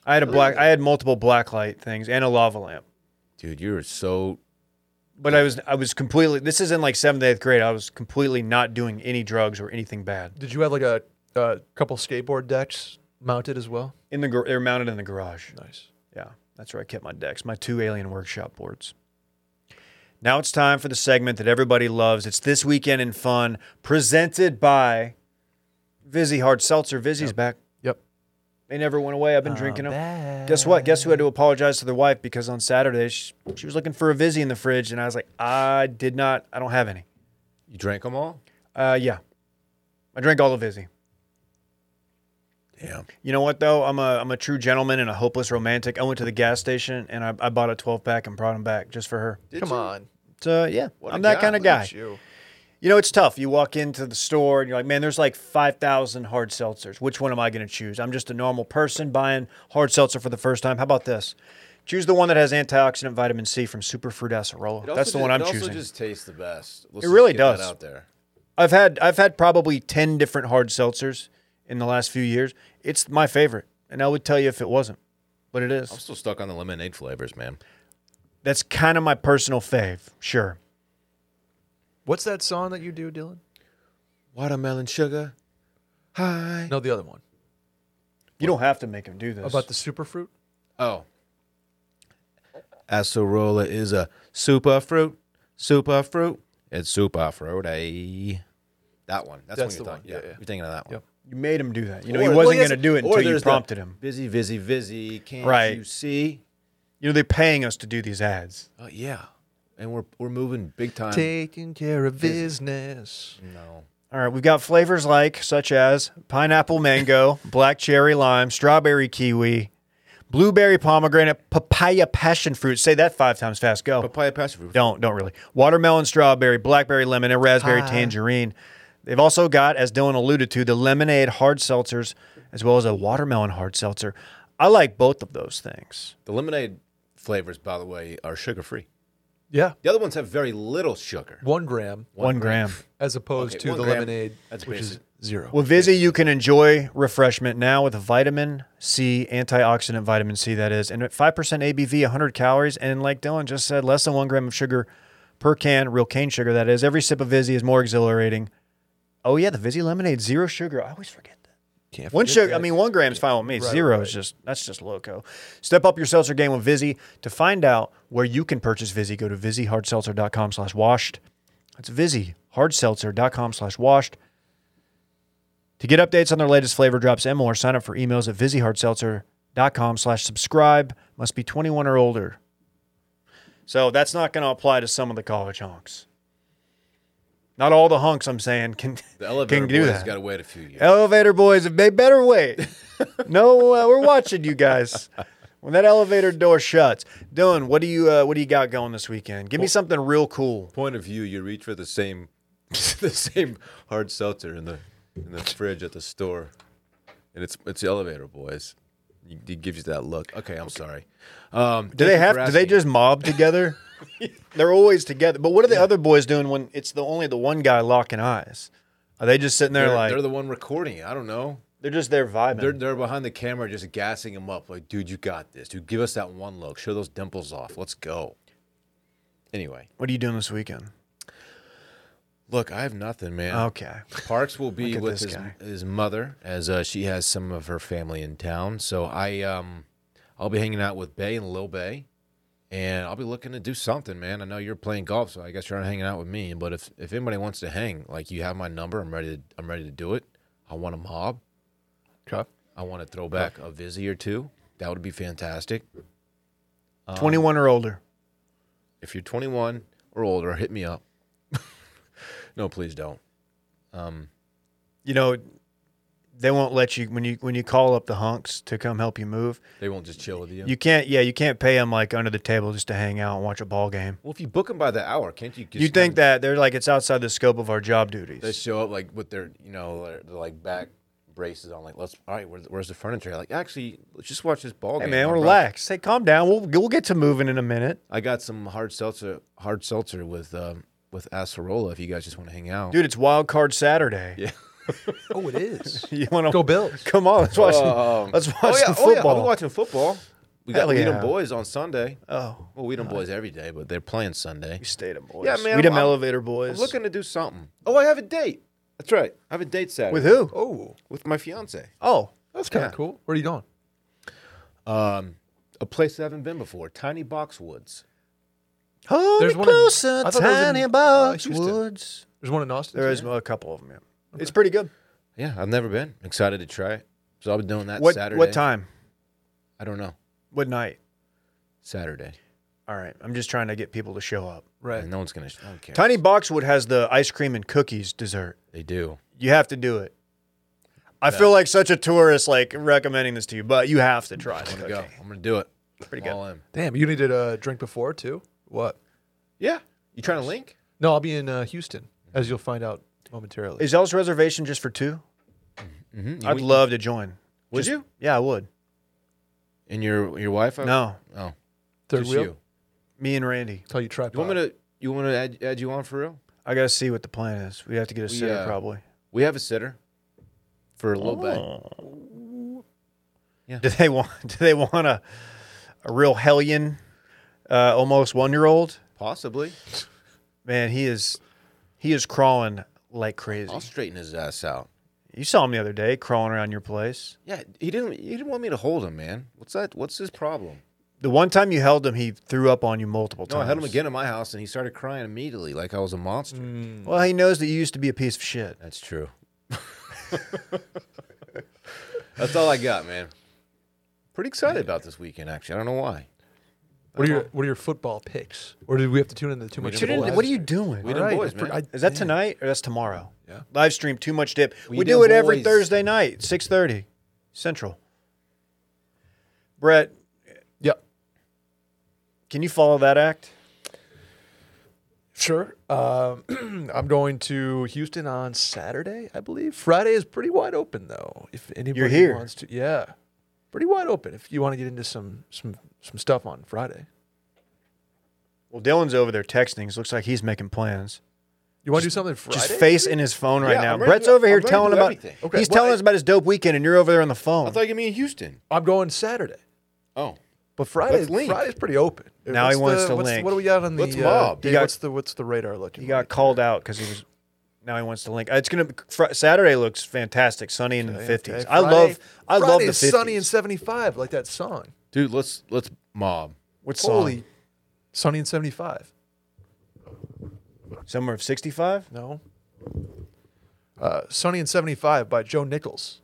Speaker 1: I had a black. I had multiple blacklight things and a lava lamp.
Speaker 2: dude, you were so
Speaker 1: But I was I was completely. This is in like seventh eighth grade. I was completely not doing any drugs or anything bad.
Speaker 3: Did you have like a, a couple skateboard decks mounted as well?
Speaker 1: In the gar- they're mounted in the garage.
Speaker 3: Nice.
Speaker 1: Yeah, that's where I kept my decks, my two Alien Workshop boards. Now it's time for the segment that everybody loves. It's This Weekend in Fun, presented by Vizzy Hard Seltzer. Vizzy's back.
Speaker 3: Yep.
Speaker 1: They never went away. I've been drinking them. Guess what? Guess who had to apologize to their wife because on Saturday she, she was looking for a Vizzy in the fridge, and I was like, I did not. I don't have any.
Speaker 2: you drank them all.
Speaker 1: Uh, yeah, I drank all the Vizzy.
Speaker 2: Damn,
Speaker 1: You know what though? I'm a I'm a true gentleman and a hopeless romantic. I went to the gas station and I, I bought a 12 pack and brought them back just for her.
Speaker 2: Did
Speaker 3: Come
Speaker 2: you?
Speaker 3: on.
Speaker 1: So yeah,
Speaker 2: What
Speaker 1: I'm
Speaker 2: a
Speaker 1: that
Speaker 2: guy.
Speaker 1: kind of
Speaker 2: Look
Speaker 1: guy.
Speaker 3: Look at you.
Speaker 1: You know, it's tough. You walk into the store and you're like, man, there's like 5,000 hard seltzers. Which one am I going to choose? I'm just a normal person buying hard seltzer for the first time. How about this? Choose the one that has antioxidant vitamin C from Superfruit Acerola. That's the one I'm choosing.
Speaker 2: It also just tastes the best.
Speaker 1: It just really get that does.
Speaker 2: That
Speaker 1: out
Speaker 2: out there.
Speaker 1: I've had I've had probably ten different hard seltzers in the last few years. It's my favorite, and I would tell you if it wasn't, but it
Speaker 2: I'm
Speaker 1: is.
Speaker 2: still stuck on the lemonade flavors, man.
Speaker 1: That's kind of my personal fave. Sure,
Speaker 3: What's that song that you do, Dylan?
Speaker 2: Watermelon sugar. Hi.
Speaker 3: No, the other one
Speaker 1: you don't have to make him do this.
Speaker 3: about the superfruit.
Speaker 2: Oh. Acerola is a super fruit. Super fruit. It's super fruit. eh? That one. That's,
Speaker 3: That's
Speaker 2: what
Speaker 3: the
Speaker 2: you're talking.
Speaker 3: one.
Speaker 2: Yeah,
Speaker 3: Yeah, yeah.
Speaker 2: you're thinking of that one.
Speaker 3: Yep.
Speaker 1: you made him do that. You know he
Speaker 2: Or-
Speaker 1: wasn't
Speaker 2: well, yes,
Speaker 1: going to do it
Speaker 2: or
Speaker 1: until you
Speaker 2: there's the
Speaker 1: prompted him.
Speaker 2: Busy, busy, busy. Can't
Speaker 1: Right.
Speaker 2: you see?
Speaker 1: You know they're paying us to do these ads.
Speaker 2: Oh yeah. And we're we're moving big
Speaker 1: Um,
Speaker 2: time.
Speaker 3: Taking care of business.
Speaker 2: no.
Speaker 1: All right, we've got flavors like such as pineapple mango, black cherry lime, strawberry kiwi, blueberry pomegranate, papaya passion fruit. Say that five times fast. Go.
Speaker 2: Papaya passion fruit.
Speaker 1: Don't don't really. Watermelon, strawberry, blackberry, lemon, and raspberry tangerine. They've also got, as Dylan alluded to, the lemonade hard seltzers as well as a watermelon hard seltzer. I like both of those things.
Speaker 2: The lemonade flavors, by the way, are sugar free.
Speaker 3: Yeah,
Speaker 2: The other ones have very little sugar.
Speaker 3: one gram
Speaker 1: One, gram.
Speaker 3: as opposed
Speaker 2: Okay,
Speaker 3: to
Speaker 2: one
Speaker 3: the
Speaker 2: gram.
Speaker 3: lemonade,
Speaker 2: That's
Speaker 3: which is
Speaker 2: basic.
Speaker 3: zero.
Speaker 1: Well, Vizzy, you can enjoy refreshment now with vitamin C, antioxidant vitamin C, that is, and at 5% ABV, 100 calories, and like Dylan just said, less than one gram of sugar per can, real cane sugar, that is. Every sip of Vizzy is more exhilarating. Oh, yeah, the Vizzy lemonade, zero sugar. I always forget that.
Speaker 3: Can't
Speaker 1: One
Speaker 3: forget
Speaker 1: sugar,
Speaker 3: that.
Speaker 1: I mean, one gram's fine with me. Zero is just that's just loco. Step up your seltzer game with Vizzy. To find out where you can purchase Vizzy, go to VizzyHardSeltzer.com slash washed. That's VizzyHardSeltzer.com slash washed. To get updates on their latest flavor drops and more, sign up for emails at VizzyHardSeltzer.com slash subscribe. Must be 21 or older. So that's not going to apply to some of the college hunks. Not all the hunks, I'm saying, can,
Speaker 2: The elevator
Speaker 1: can do
Speaker 2: boys
Speaker 1: that.
Speaker 2: got to wait a few years.
Speaker 1: Elevator boys, they better wait. no, uh, we're watching you guys. When that elevator door shuts, Dylan, what do you uh, what do you got going this weekend? Give me something real cool.
Speaker 2: Point of view, you reach for the same, the same hard seltzer in the in the fridge at the store, and it's it's the elevator boys. You- He gives you that look. Okay, I'm sorry. Um,
Speaker 1: Do they have? Do they just mob together? They're always together. But what are the other boys doing when it's the only the one guy locking eyes? Are they just sitting there
Speaker 2: They're,
Speaker 1: like
Speaker 2: they're
Speaker 1: they're,
Speaker 2: the one recording. it. I don't know.
Speaker 1: just there vibing?
Speaker 2: They're they're behind the camera, just gassing him up. Like, dude, you got this. Dude, give us that one look. Show those dimples off. Let's go. Anyway,
Speaker 1: what are you doing this weekend?
Speaker 2: look, I have nothing, man.
Speaker 1: Okay,
Speaker 2: Parks will be
Speaker 1: Oh, Look at
Speaker 2: with
Speaker 1: this
Speaker 2: his,
Speaker 1: guy.
Speaker 2: his mother as uh, she has some of her family in town. So I um I'll be hanging out with Bay and Lil Bay, and I'll be looking to do something, man. I know you're playing golf, so I guess you're not hanging out with me. But if if anybody wants to hang, like you have my number, I'm ready. To, I'm ready to do it. I want a mob.
Speaker 3: Okay.
Speaker 2: I want to throw back
Speaker 1: Oh.
Speaker 2: a Vizzy or two. That would be fantastic. Um,
Speaker 1: twenty one or older.
Speaker 2: If you're 21 or older, hit me up. no, please don't.
Speaker 1: You know, they won't let you when you when you call up the hunks to come help you move.
Speaker 2: They won't just chill with you.
Speaker 1: You can't. Yeah, you can't pay them like under the table just to hang out and watch a ball game.
Speaker 2: well, if you book them by the hour, can't you? Just
Speaker 1: you
Speaker 2: have
Speaker 1: think that they're like it's outside the scope of our job duties?
Speaker 2: they show up like with their you know their, their, like back braces on like let's all right where, where's the furniture like actually let's just watch this ball
Speaker 1: hey
Speaker 2: game
Speaker 1: man,
Speaker 2: I'm
Speaker 1: relax. Hey, calm down. We'll we'll get to moving in a minute,
Speaker 2: bro- i got some hard seltzer hard seltzer with um with acerola if you guys just want to hang out
Speaker 1: dude. It's Wild Card Saturday.
Speaker 2: Yeah.
Speaker 3: Oh, it is.
Speaker 1: You want to
Speaker 3: Go Bills.
Speaker 1: Come on, let's watch. some-
Speaker 2: Um,
Speaker 1: let's watch
Speaker 2: oh yeah,
Speaker 1: some
Speaker 2: oh yeah,
Speaker 1: football.
Speaker 2: i'm watching football we got
Speaker 1: Hell
Speaker 2: Weedham
Speaker 1: yeah.
Speaker 2: boys on sunday
Speaker 1: Oh,
Speaker 2: well Weedham boys every day but they're playing sunday
Speaker 1: we stayed up, boys.
Speaker 2: Yeah, man,
Speaker 1: We them
Speaker 2: I'm-
Speaker 1: elevator
Speaker 2: i'm
Speaker 1: boys.
Speaker 2: looking to do something oh i have a date that's right i have a date saturday
Speaker 1: with who?
Speaker 3: Oh,
Speaker 2: with my fiance
Speaker 1: Oh,
Speaker 3: that's kind of
Speaker 2: Yeah.
Speaker 3: cool. Where are you going?
Speaker 2: um a place i haven't been before tiny boxwoods
Speaker 1: hold
Speaker 3: There's
Speaker 1: me
Speaker 3: one in-
Speaker 1: closer,
Speaker 3: I thought that was in,
Speaker 1: tiny
Speaker 3: uh, Houston.
Speaker 1: boxwoods.
Speaker 3: There's one in Austin.
Speaker 1: there is a couple of them. Yeah. It's pretty good.
Speaker 2: Yeah, I've never been. Excited to try it. So I'll be doing that
Speaker 1: What
Speaker 2: Saturday.
Speaker 1: what time?
Speaker 2: I don't know.
Speaker 1: What night?
Speaker 2: Saturday.
Speaker 1: All right, I'm just trying to get people to show up.
Speaker 3: Right.
Speaker 2: And no one's gonna. I don't care.
Speaker 1: Tiny Boxwood has the ice cream and cookies dessert.
Speaker 2: They do.
Speaker 1: You have to do it. I feel like such a tourist, like recommending this to you, but you have to try
Speaker 2: I'm
Speaker 1: it.
Speaker 2: gonna go. I'm gonna do it.
Speaker 1: Pretty
Speaker 2: I'm All in.
Speaker 3: Damn, you needed a drink before too. What?
Speaker 2: Yeah. You trying to link?
Speaker 3: No, I'll be in uh, Houston, as you'll find out momentarily.
Speaker 1: Is El's reservation just for 2
Speaker 2: Mm-hmm.
Speaker 1: I'd love to join.
Speaker 2: Would
Speaker 1: Just-
Speaker 2: you?
Speaker 1: Yeah, I would.
Speaker 2: And your your wife?
Speaker 1: No,
Speaker 2: Oh.
Speaker 3: Third
Speaker 2: Just
Speaker 3: wheel.
Speaker 2: you.
Speaker 1: Me and Randy.
Speaker 3: Tell you tripod.
Speaker 2: You want me to? You want to add, add you on for real?
Speaker 1: I gotta see what the plan is. We have to get a sitter
Speaker 2: uh,
Speaker 1: probably.
Speaker 2: We have a sitter for a little bit.
Speaker 1: Do they want? Do they want a a real hellion, uh, almost one year old?
Speaker 2: Possibly.
Speaker 1: Man, he is he is crawling like crazy.
Speaker 2: I'll straighten his ass out.
Speaker 1: You saw him the other day crawling around your place.
Speaker 2: Yeah, he didn't. He didn't want me to hold him, man. What's that? What's his problem?
Speaker 1: The one time you held him, he threw up on you multiple
Speaker 2: No,
Speaker 1: times.
Speaker 2: I held him again in my house, and he started crying immediately, like I was a monster.
Speaker 1: Well, he knows that you used to be a piece of shit.
Speaker 2: That's true. That's all I got, man. Pretty excited about this weekend, actually. I don't know why.
Speaker 3: What are your What are your football picks? Or did we have to tune into too much?
Speaker 2: didn't-
Speaker 3: football?
Speaker 1: Uh-huh. What are you doing?
Speaker 2: We
Speaker 3: All
Speaker 2: didn't
Speaker 3: right,
Speaker 2: boys,
Speaker 3: I for-
Speaker 2: man.
Speaker 3: I-
Speaker 1: Is that tonight or that's tomorrow?
Speaker 3: Yeah.
Speaker 1: Live stream too much dip. We,
Speaker 2: We
Speaker 1: do
Speaker 2: do
Speaker 1: it every
Speaker 2: boys.
Speaker 1: Thursday night, six thirty Central. Brett,
Speaker 3: Yeah.
Speaker 1: can you follow that act?
Speaker 3: Sure. Um, I'm going to Houston on Saturday, I believe. Friday is pretty wide open though. If anybody
Speaker 1: here.
Speaker 3: wants to, yeah, pretty wide open. If you want to get into some some some stuff on Friday,
Speaker 1: Well, Dylan's over there texting. So looks like he's making plans.
Speaker 3: you want to do something Friday?
Speaker 1: Just face in his phone right
Speaker 2: Yeah,
Speaker 1: now.
Speaker 2: I'm ready
Speaker 1: Brett's
Speaker 2: to-
Speaker 1: over
Speaker 2: I'm
Speaker 1: here
Speaker 2: ready to
Speaker 1: telling
Speaker 2: do
Speaker 1: about
Speaker 2: everything.
Speaker 3: Okay,
Speaker 1: he's
Speaker 3: well,
Speaker 1: telling
Speaker 3: I-
Speaker 1: us about his dope weekend, and you're over there on the phone.
Speaker 2: I thought you mean Houston.
Speaker 3: I'm going Saturday,
Speaker 2: Oh,
Speaker 3: but Friday
Speaker 2: Let's link.
Speaker 3: Friday's pretty open.
Speaker 1: Now he
Speaker 3: the-
Speaker 1: wants to
Speaker 3: what's-
Speaker 1: link.
Speaker 3: What do we got on the? uh,
Speaker 2: Let's mob.
Speaker 3: Dave,
Speaker 1: You got-
Speaker 3: what's the What's the radar looking?
Speaker 1: he got
Speaker 3: like?
Speaker 1: called out because he was. Now he wants to link. It's gonna be, Fri Saturday looks fantastic, sunny in the
Speaker 3: Okay,
Speaker 1: fifties.
Speaker 3: okay.
Speaker 1: I
Speaker 3: Friday-
Speaker 1: love I love
Speaker 3: Friday
Speaker 1: the
Speaker 3: is
Speaker 1: fifties.
Speaker 3: Sunny and 75, like that song.
Speaker 2: dude, let's let's mob.
Speaker 1: what song?
Speaker 3: Holy, Sunny and 75.
Speaker 1: Summer of sixty five.
Speaker 3: No. Uh, Sunny and 75 by Joe Nichols.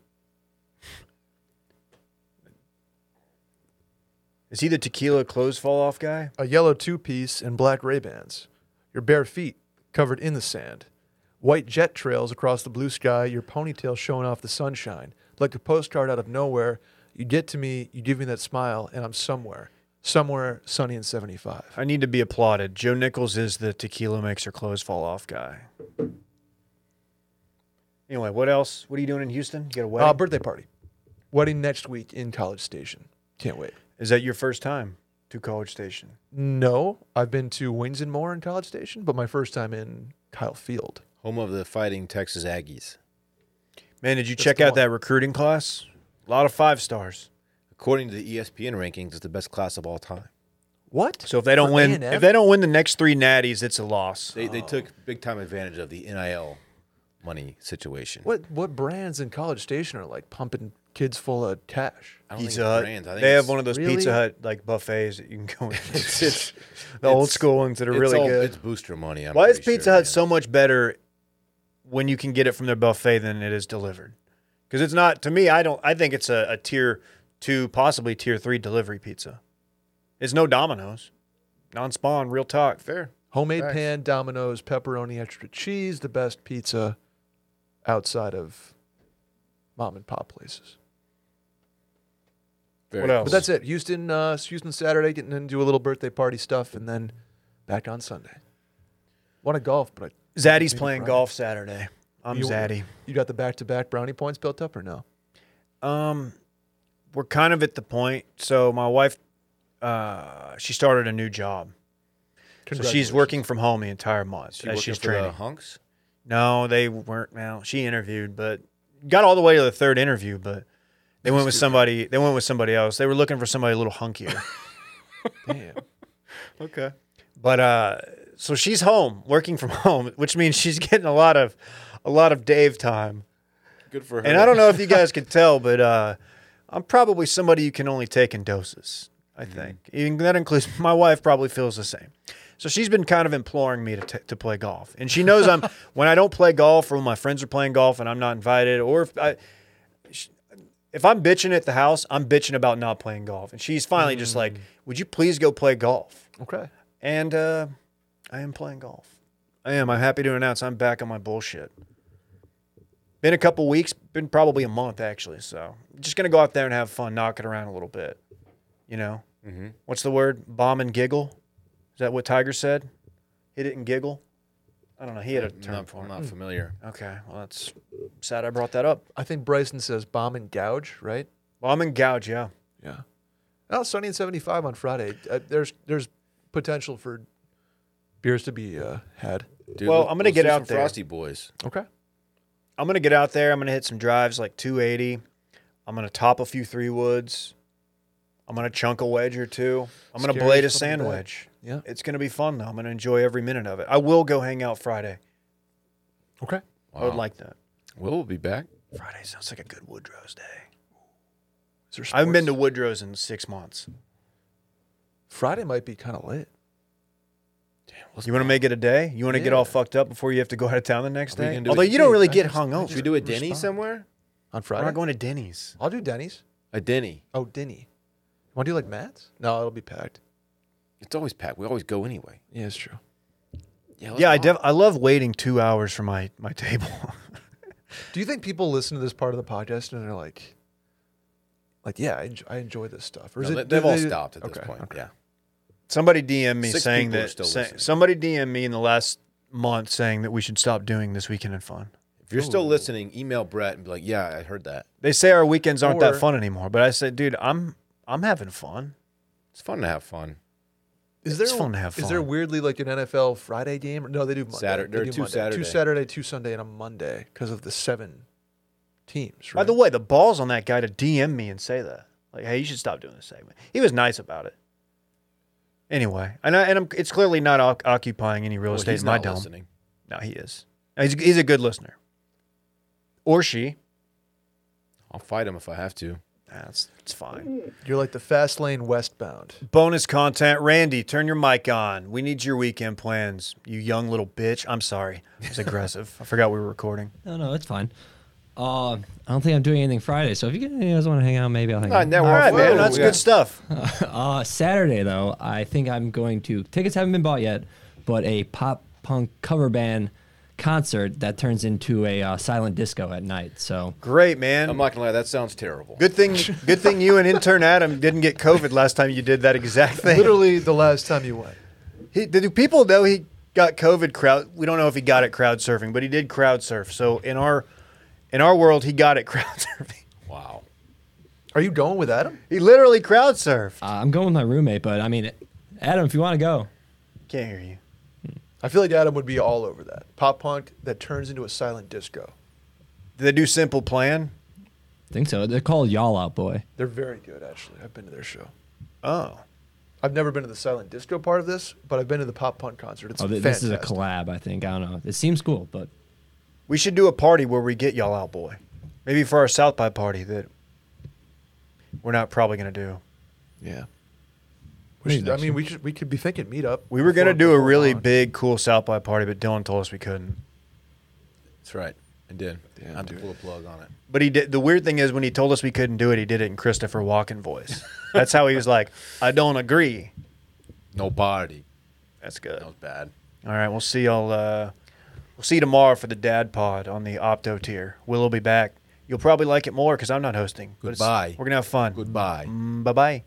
Speaker 1: Is he the tequila clothes fall off guy?
Speaker 3: A yellow two piece and black Ray Bans. Your bare feet covered in the sand. White jet trails across the blue sky, your ponytail showing off the sunshine. Like a postcard out of nowhere, you get to me, you give me that smile, and I'm somewhere. Somewhere, Sunny and 75.
Speaker 1: I need to be applauded. Joe Nichols is the tequila makes her clothes fall off guy. Anyway, what else? What are you doing in Houston? You got a wedding?
Speaker 3: Uh, birthday party. Wedding next week in College Station. Can't wait.
Speaker 1: is that your first time to College Station?
Speaker 3: No, I've been to Wings and More in College Station, but my first time in Kyle Field.
Speaker 2: Home of the Fighting Texas Aggies.
Speaker 1: Man, did you check
Speaker 3: the
Speaker 1: out
Speaker 3: one.
Speaker 1: that recruiting class? A lot of five stars.
Speaker 2: According to the E ESPN rankings, it's the best class of all time.
Speaker 3: What?
Speaker 1: So if they don't
Speaker 3: For
Speaker 1: win,
Speaker 3: A&M?
Speaker 1: if they don't win the next three natties, it's a loss.
Speaker 2: They, they took big time advantage of the NIL money situation.
Speaker 3: what what brands in College Station are like pumping kids full of cash?
Speaker 2: I don't
Speaker 1: Pizza
Speaker 2: think
Speaker 1: Hut.
Speaker 2: it's brands. I think
Speaker 1: they have
Speaker 2: it's-
Speaker 1: one of those
Speaker 3: Really?
Speaker 1: Pizza Hut like buffets that you can go into.
Speaker 2: It's, it's,
Speaker 1: the old
Speaker 2: it's-
Speaker 1: school ones that are
Speaker 2: it's
Speaker 1: really
Speaker 2: all-
Speaker 1: good.
Speaker 2: It's booster money. I'm
Speaker 1: Why is
Speaker 2: pretty sure,
Speaker 1: Pizza Hut
Speaker 2: man.
Speaker 1: so much better when you can get it from their buffet than it is delivered? Because it's not to me. I don't. I think it's a, a tier two, possibly tier three delivery pizza. It's no Domino's, non-spawn, real talk.
Speaker 2: fair?
Speaker 3: Homemade
Speaker 2: Facts.
Speaker 3: pan, Domino's, pepperoni, extra cheese, the best pizza outside of mom and pop places.
Speaker 2: Very
Speaker 1: What
Speaker 2: cool.
Speaker 1: else?
Speaker 3: But that's it. Houston, uh, Houston Saturday, getting into a little birthday party stuff, and then back on Sunday. Want to golf, but I,
Speaker 1: Zaddy's
Speaker 3: Maybe
Speaker 1: playing
Speaker 3: Friday.
Speaker 1: golf Saturday. I'm
Speaker 3: You-
Speaker 1: Zaddy.
Speaker 3: you got the back-to-back brownie points built up or no?
Speaker 1: Um, we're kind of at the point. So my wife, uh, she started a new job. So she's
Speaker 3: Congratulations.
Speaker 1: working from home the entire month
Speaker 2: She
Speaker 1: as
Speaker 2: working
Speaker 1: she's
Speaker 2: for the
Speaker 1: training.
Speaker 2: hunks.
Speaker 1: No, they weren't. Now she interviewed, but got all the way to the third interview, but they went with somebody. They went with somebody else. They were looking for somebody a little hunkier.
Speaker 3: Damn.
Speaker 2: Okay.
Speaker 1: but uh, so she's home, working from home, which means she's getting a lot of a lot of Dave time.
Speaker 2: Good for her.
Speaker 1: And I don't know if you guys can tell, but uh, I'm probably somebody you can only take in doses. I
Speaker 2: Mm-hmm.
Speaker 1: think Even that includes my wife. Probably feels the same. So she's been kind of imploring me to, t- to play golf, and she knows I'm when I don't play golf or when my friends are playing golf and I'm not invited, or if I sh- if I'm bitching at the house, I'm bitching about not playing golf, and she's finally just
Speaker 2: Mm.
Speaker 1: like, "Would you please go play golf?"
Speaker 3: Okay.
Speaker 1: And uh, I am playing golf. I am. I'm happy to announce I'm back on my bullshit. Been a couple weeks, been probably a month actually. So just gonna go out there and have fun, knock it around a little bit. You know,
Speaker 2: hmm
Speaker 1: what's the word? Bomb and giggle. Is that what Tiger said? Hit it and giggle. I don't know. He had a term
Speaker 2: Not,
Speaker 1: for
Speaker 2: I'm
Speaker 1: it.
Speaker 2: not familiar.
Speaker 1: Okay, well that's sad. I brought that up.
Speaker 3: I think Bryson says bomb and gouge, right?
Speaker 1: Bomb and gouge. Yeah.
Speaker 3: Yeah. Well, sunny and 75 on Friday. Uh, there's there's potential for beers to be uh, had.
Speaker 2: Dude,
Speaker 1: Well,
Speaker 2: let-
Speaker 1: I'm gonna
Speaker 2: let's
Speaker 1: get
Speaker 2: do some
Speaker 1: out there.
Speaker 2: Frosty Boys.
Speaker 3: Okay.
Speaker 1: I'm gonna get out there. I'm gonna hit some drives like 280. I'm gonna top a few three woods. I'm gonna chunk a wedge or two. I'm gonna
Speaker 3: Scary
Speaker 1: blade a
Speaker 3: fucking bad.
Speaker 1: sandwich.
Speaker 3: Yeah.
Speaker 1: It's gonna be fun though. I'm gonna enjoy every minute of it. I will go hang out Friday.
Speaker 3: Okay.
Speaker 1: I would
Speaker 2: Wow.
Speaker 1: like that.
Speaker 2: Will will be back.
Speaker 1: Friday sounds like a good Woodrow's day.
Speaker 3: Is there
Speaker 1: I haven't been to
Speaker 3: sports?
Speaker 1: Woodrow's in six months.
Speaker 3: Friday might be kind of lit.
Speaker 1: You want to make it a day? You want to get all
Speaker 3: Yeah.
Speaker 1: fucked up before you have to go out of town the next
Speaker 2: Are we
Speaker 1: day?
Speaker 2: gonna do
Speaker 1: Although
Speaker 2: it-
Speaker 1: you don't
Speaker 3: Dude,
Speaker 1: really
Speaker 3: I
Speaker 1: get
Speaker 3: just-
Speaker 1: hung
Speaker 3: I
Speaker 1: over.
Speaker 3: just-
Speaker 2: Should we do a Denny
Speaker 3: respond.
Speaker 2: somewhere?
Speaker 3: On
Speaker 1: We're
Speaker 3: Friday?
Speaker 1: not going to Denny's.
Speaker 3: I'll do Denny's.
Speaker 2: A Denny.
Speaker 3: Oh, Denny. Want to do like Matt's? No, it'll be packed.
Speaker 2: It's always packed. We always go anyway.
Speaker 3: Yeah, it's true.
Speaker 2: let's
Speaker 1: yeah, I
Speaker 2: go.
Speaker 1: def- I love waiting two hours for my my table.
Speaker 3: Do you think people listen to this part of the podcast and they're like, like, yeah, I enjoy, I enjoy this stuff? Or
Speaker 2: No,
Speaker 3: is
Speaker 2: they-
Speaker 3: it?
Speaker 2: they've
Speaker 3: do
Speaker 2: all
Speaker 3: they-
Speaker 2: stopped at this
Speaker 3: okay,
Speaker 2: point.
Speaker 3: okay.
Speaker 2: Yeah.
Speaker 1: somebody DM me
Speaker 2: Six
Speaker 1: saying
Speaker 2: people are
Speaker 1: that.
Speaker 2: still
Speaker 1: say-
Speaker 2: listening.
Speaker 1: somebody DM me in the last month saying that we should stop doing this weekend in fun.
Speaker 2: If you're still listening, email Brett and be like, "Yeah, I heard that.
Speaker 1: They say our weekends aren't that
Speaker 3: Or-
Speaker 1: fun anymore, but I said, dude, I'm I'm having fun.
Speaker 2: It's fun to have fun."
Speaker 3: Is there
Speaker 1: It's fun to have
Speaker 3: Is there
Speaker 1: fun.
Speaker 3: weirdly like an NFL Friday game? Or, no, they do Monday.
Speaker 2: Saturday-
Speaker 3: They
Speaker 2: there are
Speaker 3: do
Speaker 2: two
Speaker 3: Monday.
Speaker 2: Saturday.
Speaker 3: two Saturday, two Sunday, and a Monday because of the seven teams. Right?
Speaker 1: By the way, the balls on that guy to DM me and say that. Like, hey, you should stop doing this segment. He was nice about it. Anyway, and I, and I'm, it's clearly not oc- occupying any real
Speaker 2: Well,
Speaker 1: estate
Speaker 2: he's
Speaker 1: in my
Speaker 2: not
Speaker 1: dome.
Speaker 2: listening.
Speaker 1: No, he is. He's, he's a good listener. Or she.
Speaker 2: I'll fight him if I have to.
Speaker 1: That's it's fine.
Speaker 3: you're like the fast lane westbound.
Speaker 1: Bonus content. Randy, turn your mic on. We need your weekend plans, you young little bitch. I'm sorry. I was aggressive. I forgot we were recording.
Speaker 4: No, no, it's fine. Uh, I don't think I'm doing anything Friday, so if you guys- you guys want to hang out, maybe I'll hang out.
Speaker 1: All right, man. That's good stuff.
Speaker 4: Uh, Saturday though, I think I'm going to. Tickets haven't been bought yet, but a pop punk cover band concert that turns into a uh, silent disco at night. So
Speaker 1: Great, man.
Speaker 2: I'm not gonna lie. That sounds terrible.
Speaker 1: Good thing, good thing you and intern Adam didn't get COVID last time you did that exact thing.
Speaker 3: Literally the last time you went.
Speaker 1: He, do people know he got COVID crowd? We don't know if he got it crowd surfing, but he did crowd surf. So in our in our world, he got it crowd surfing.
Speaker 2: Wow.
Speaker 3: Are you going with Adam?
Speaker 1: He literally crowd surfed.
Speaker 4: uh, I'm going with my roommate, but I mean, Adam, if you want to go,
Speaker 1: Can't hear you.
Speaker 3: I feel like Adam would be all over that. Pop punk that turns into a silent disco.
Speaker 1: Did they do simple plan?
Speaker 4: I think so. They're called Y'all Out Boy.
Speaker 3: They're very good, actually. I've been to their show.
Speaker 1: Oh,
Speaker 3: I've never been to the silent disco part of this, but I've been to the pop punk concert. It's
Speaker 4: Oh, th- this
Speaker 3: fantastic.
Speaker 4: is a collab, I think. I don't know. It seems cool, but
Speaker 1: we should do a party where we get y'all out, boy. Maybe for our South by party that we're not probably gonna do.
Speaker 3: Yeah. We
Speaker 4: Maybe
Speaker 3: should, I
Speaker 4: next
Speaker 3: mean,
Speaker 4: year.
Speaker 3: we should, we could be thinking meet up.
Speaker 1: We were gonna
Speaker 3: before-
Speaker 1: do a
Speaker 3: before
Speaker 1: really
Speaker 3: long.
Speaker 1: big, cool South by party, but Dylan told us we couldn't.
Speaker 2: That's right. I did.
Speaker 3: Damn,
Speaker 2: I have to
Speaker 3: dude.
Speaker 2: pull a plug on it.
Speaker 1: But he did. The weird thing is, when he told us we couldn't do it, he did it in Christopher Walken voice. That's how he was like, "I don't agree."
Speaker 2: No party.
Speaker 1: That's good.
Speaker 2: That was bad.
Speaker 1: All right, we'll see y'all. Uh, we'll see you tomorrow for the Dad Pod on the Opto tier. Will'll be back. You'll probably like it more because I'm not hosting. but it's-
Speaker 2: Goodbye.
Speaker 1: We're gonna have fun.
Speaker 2: Goodbye.
Speaker 1: Mm, bye bye.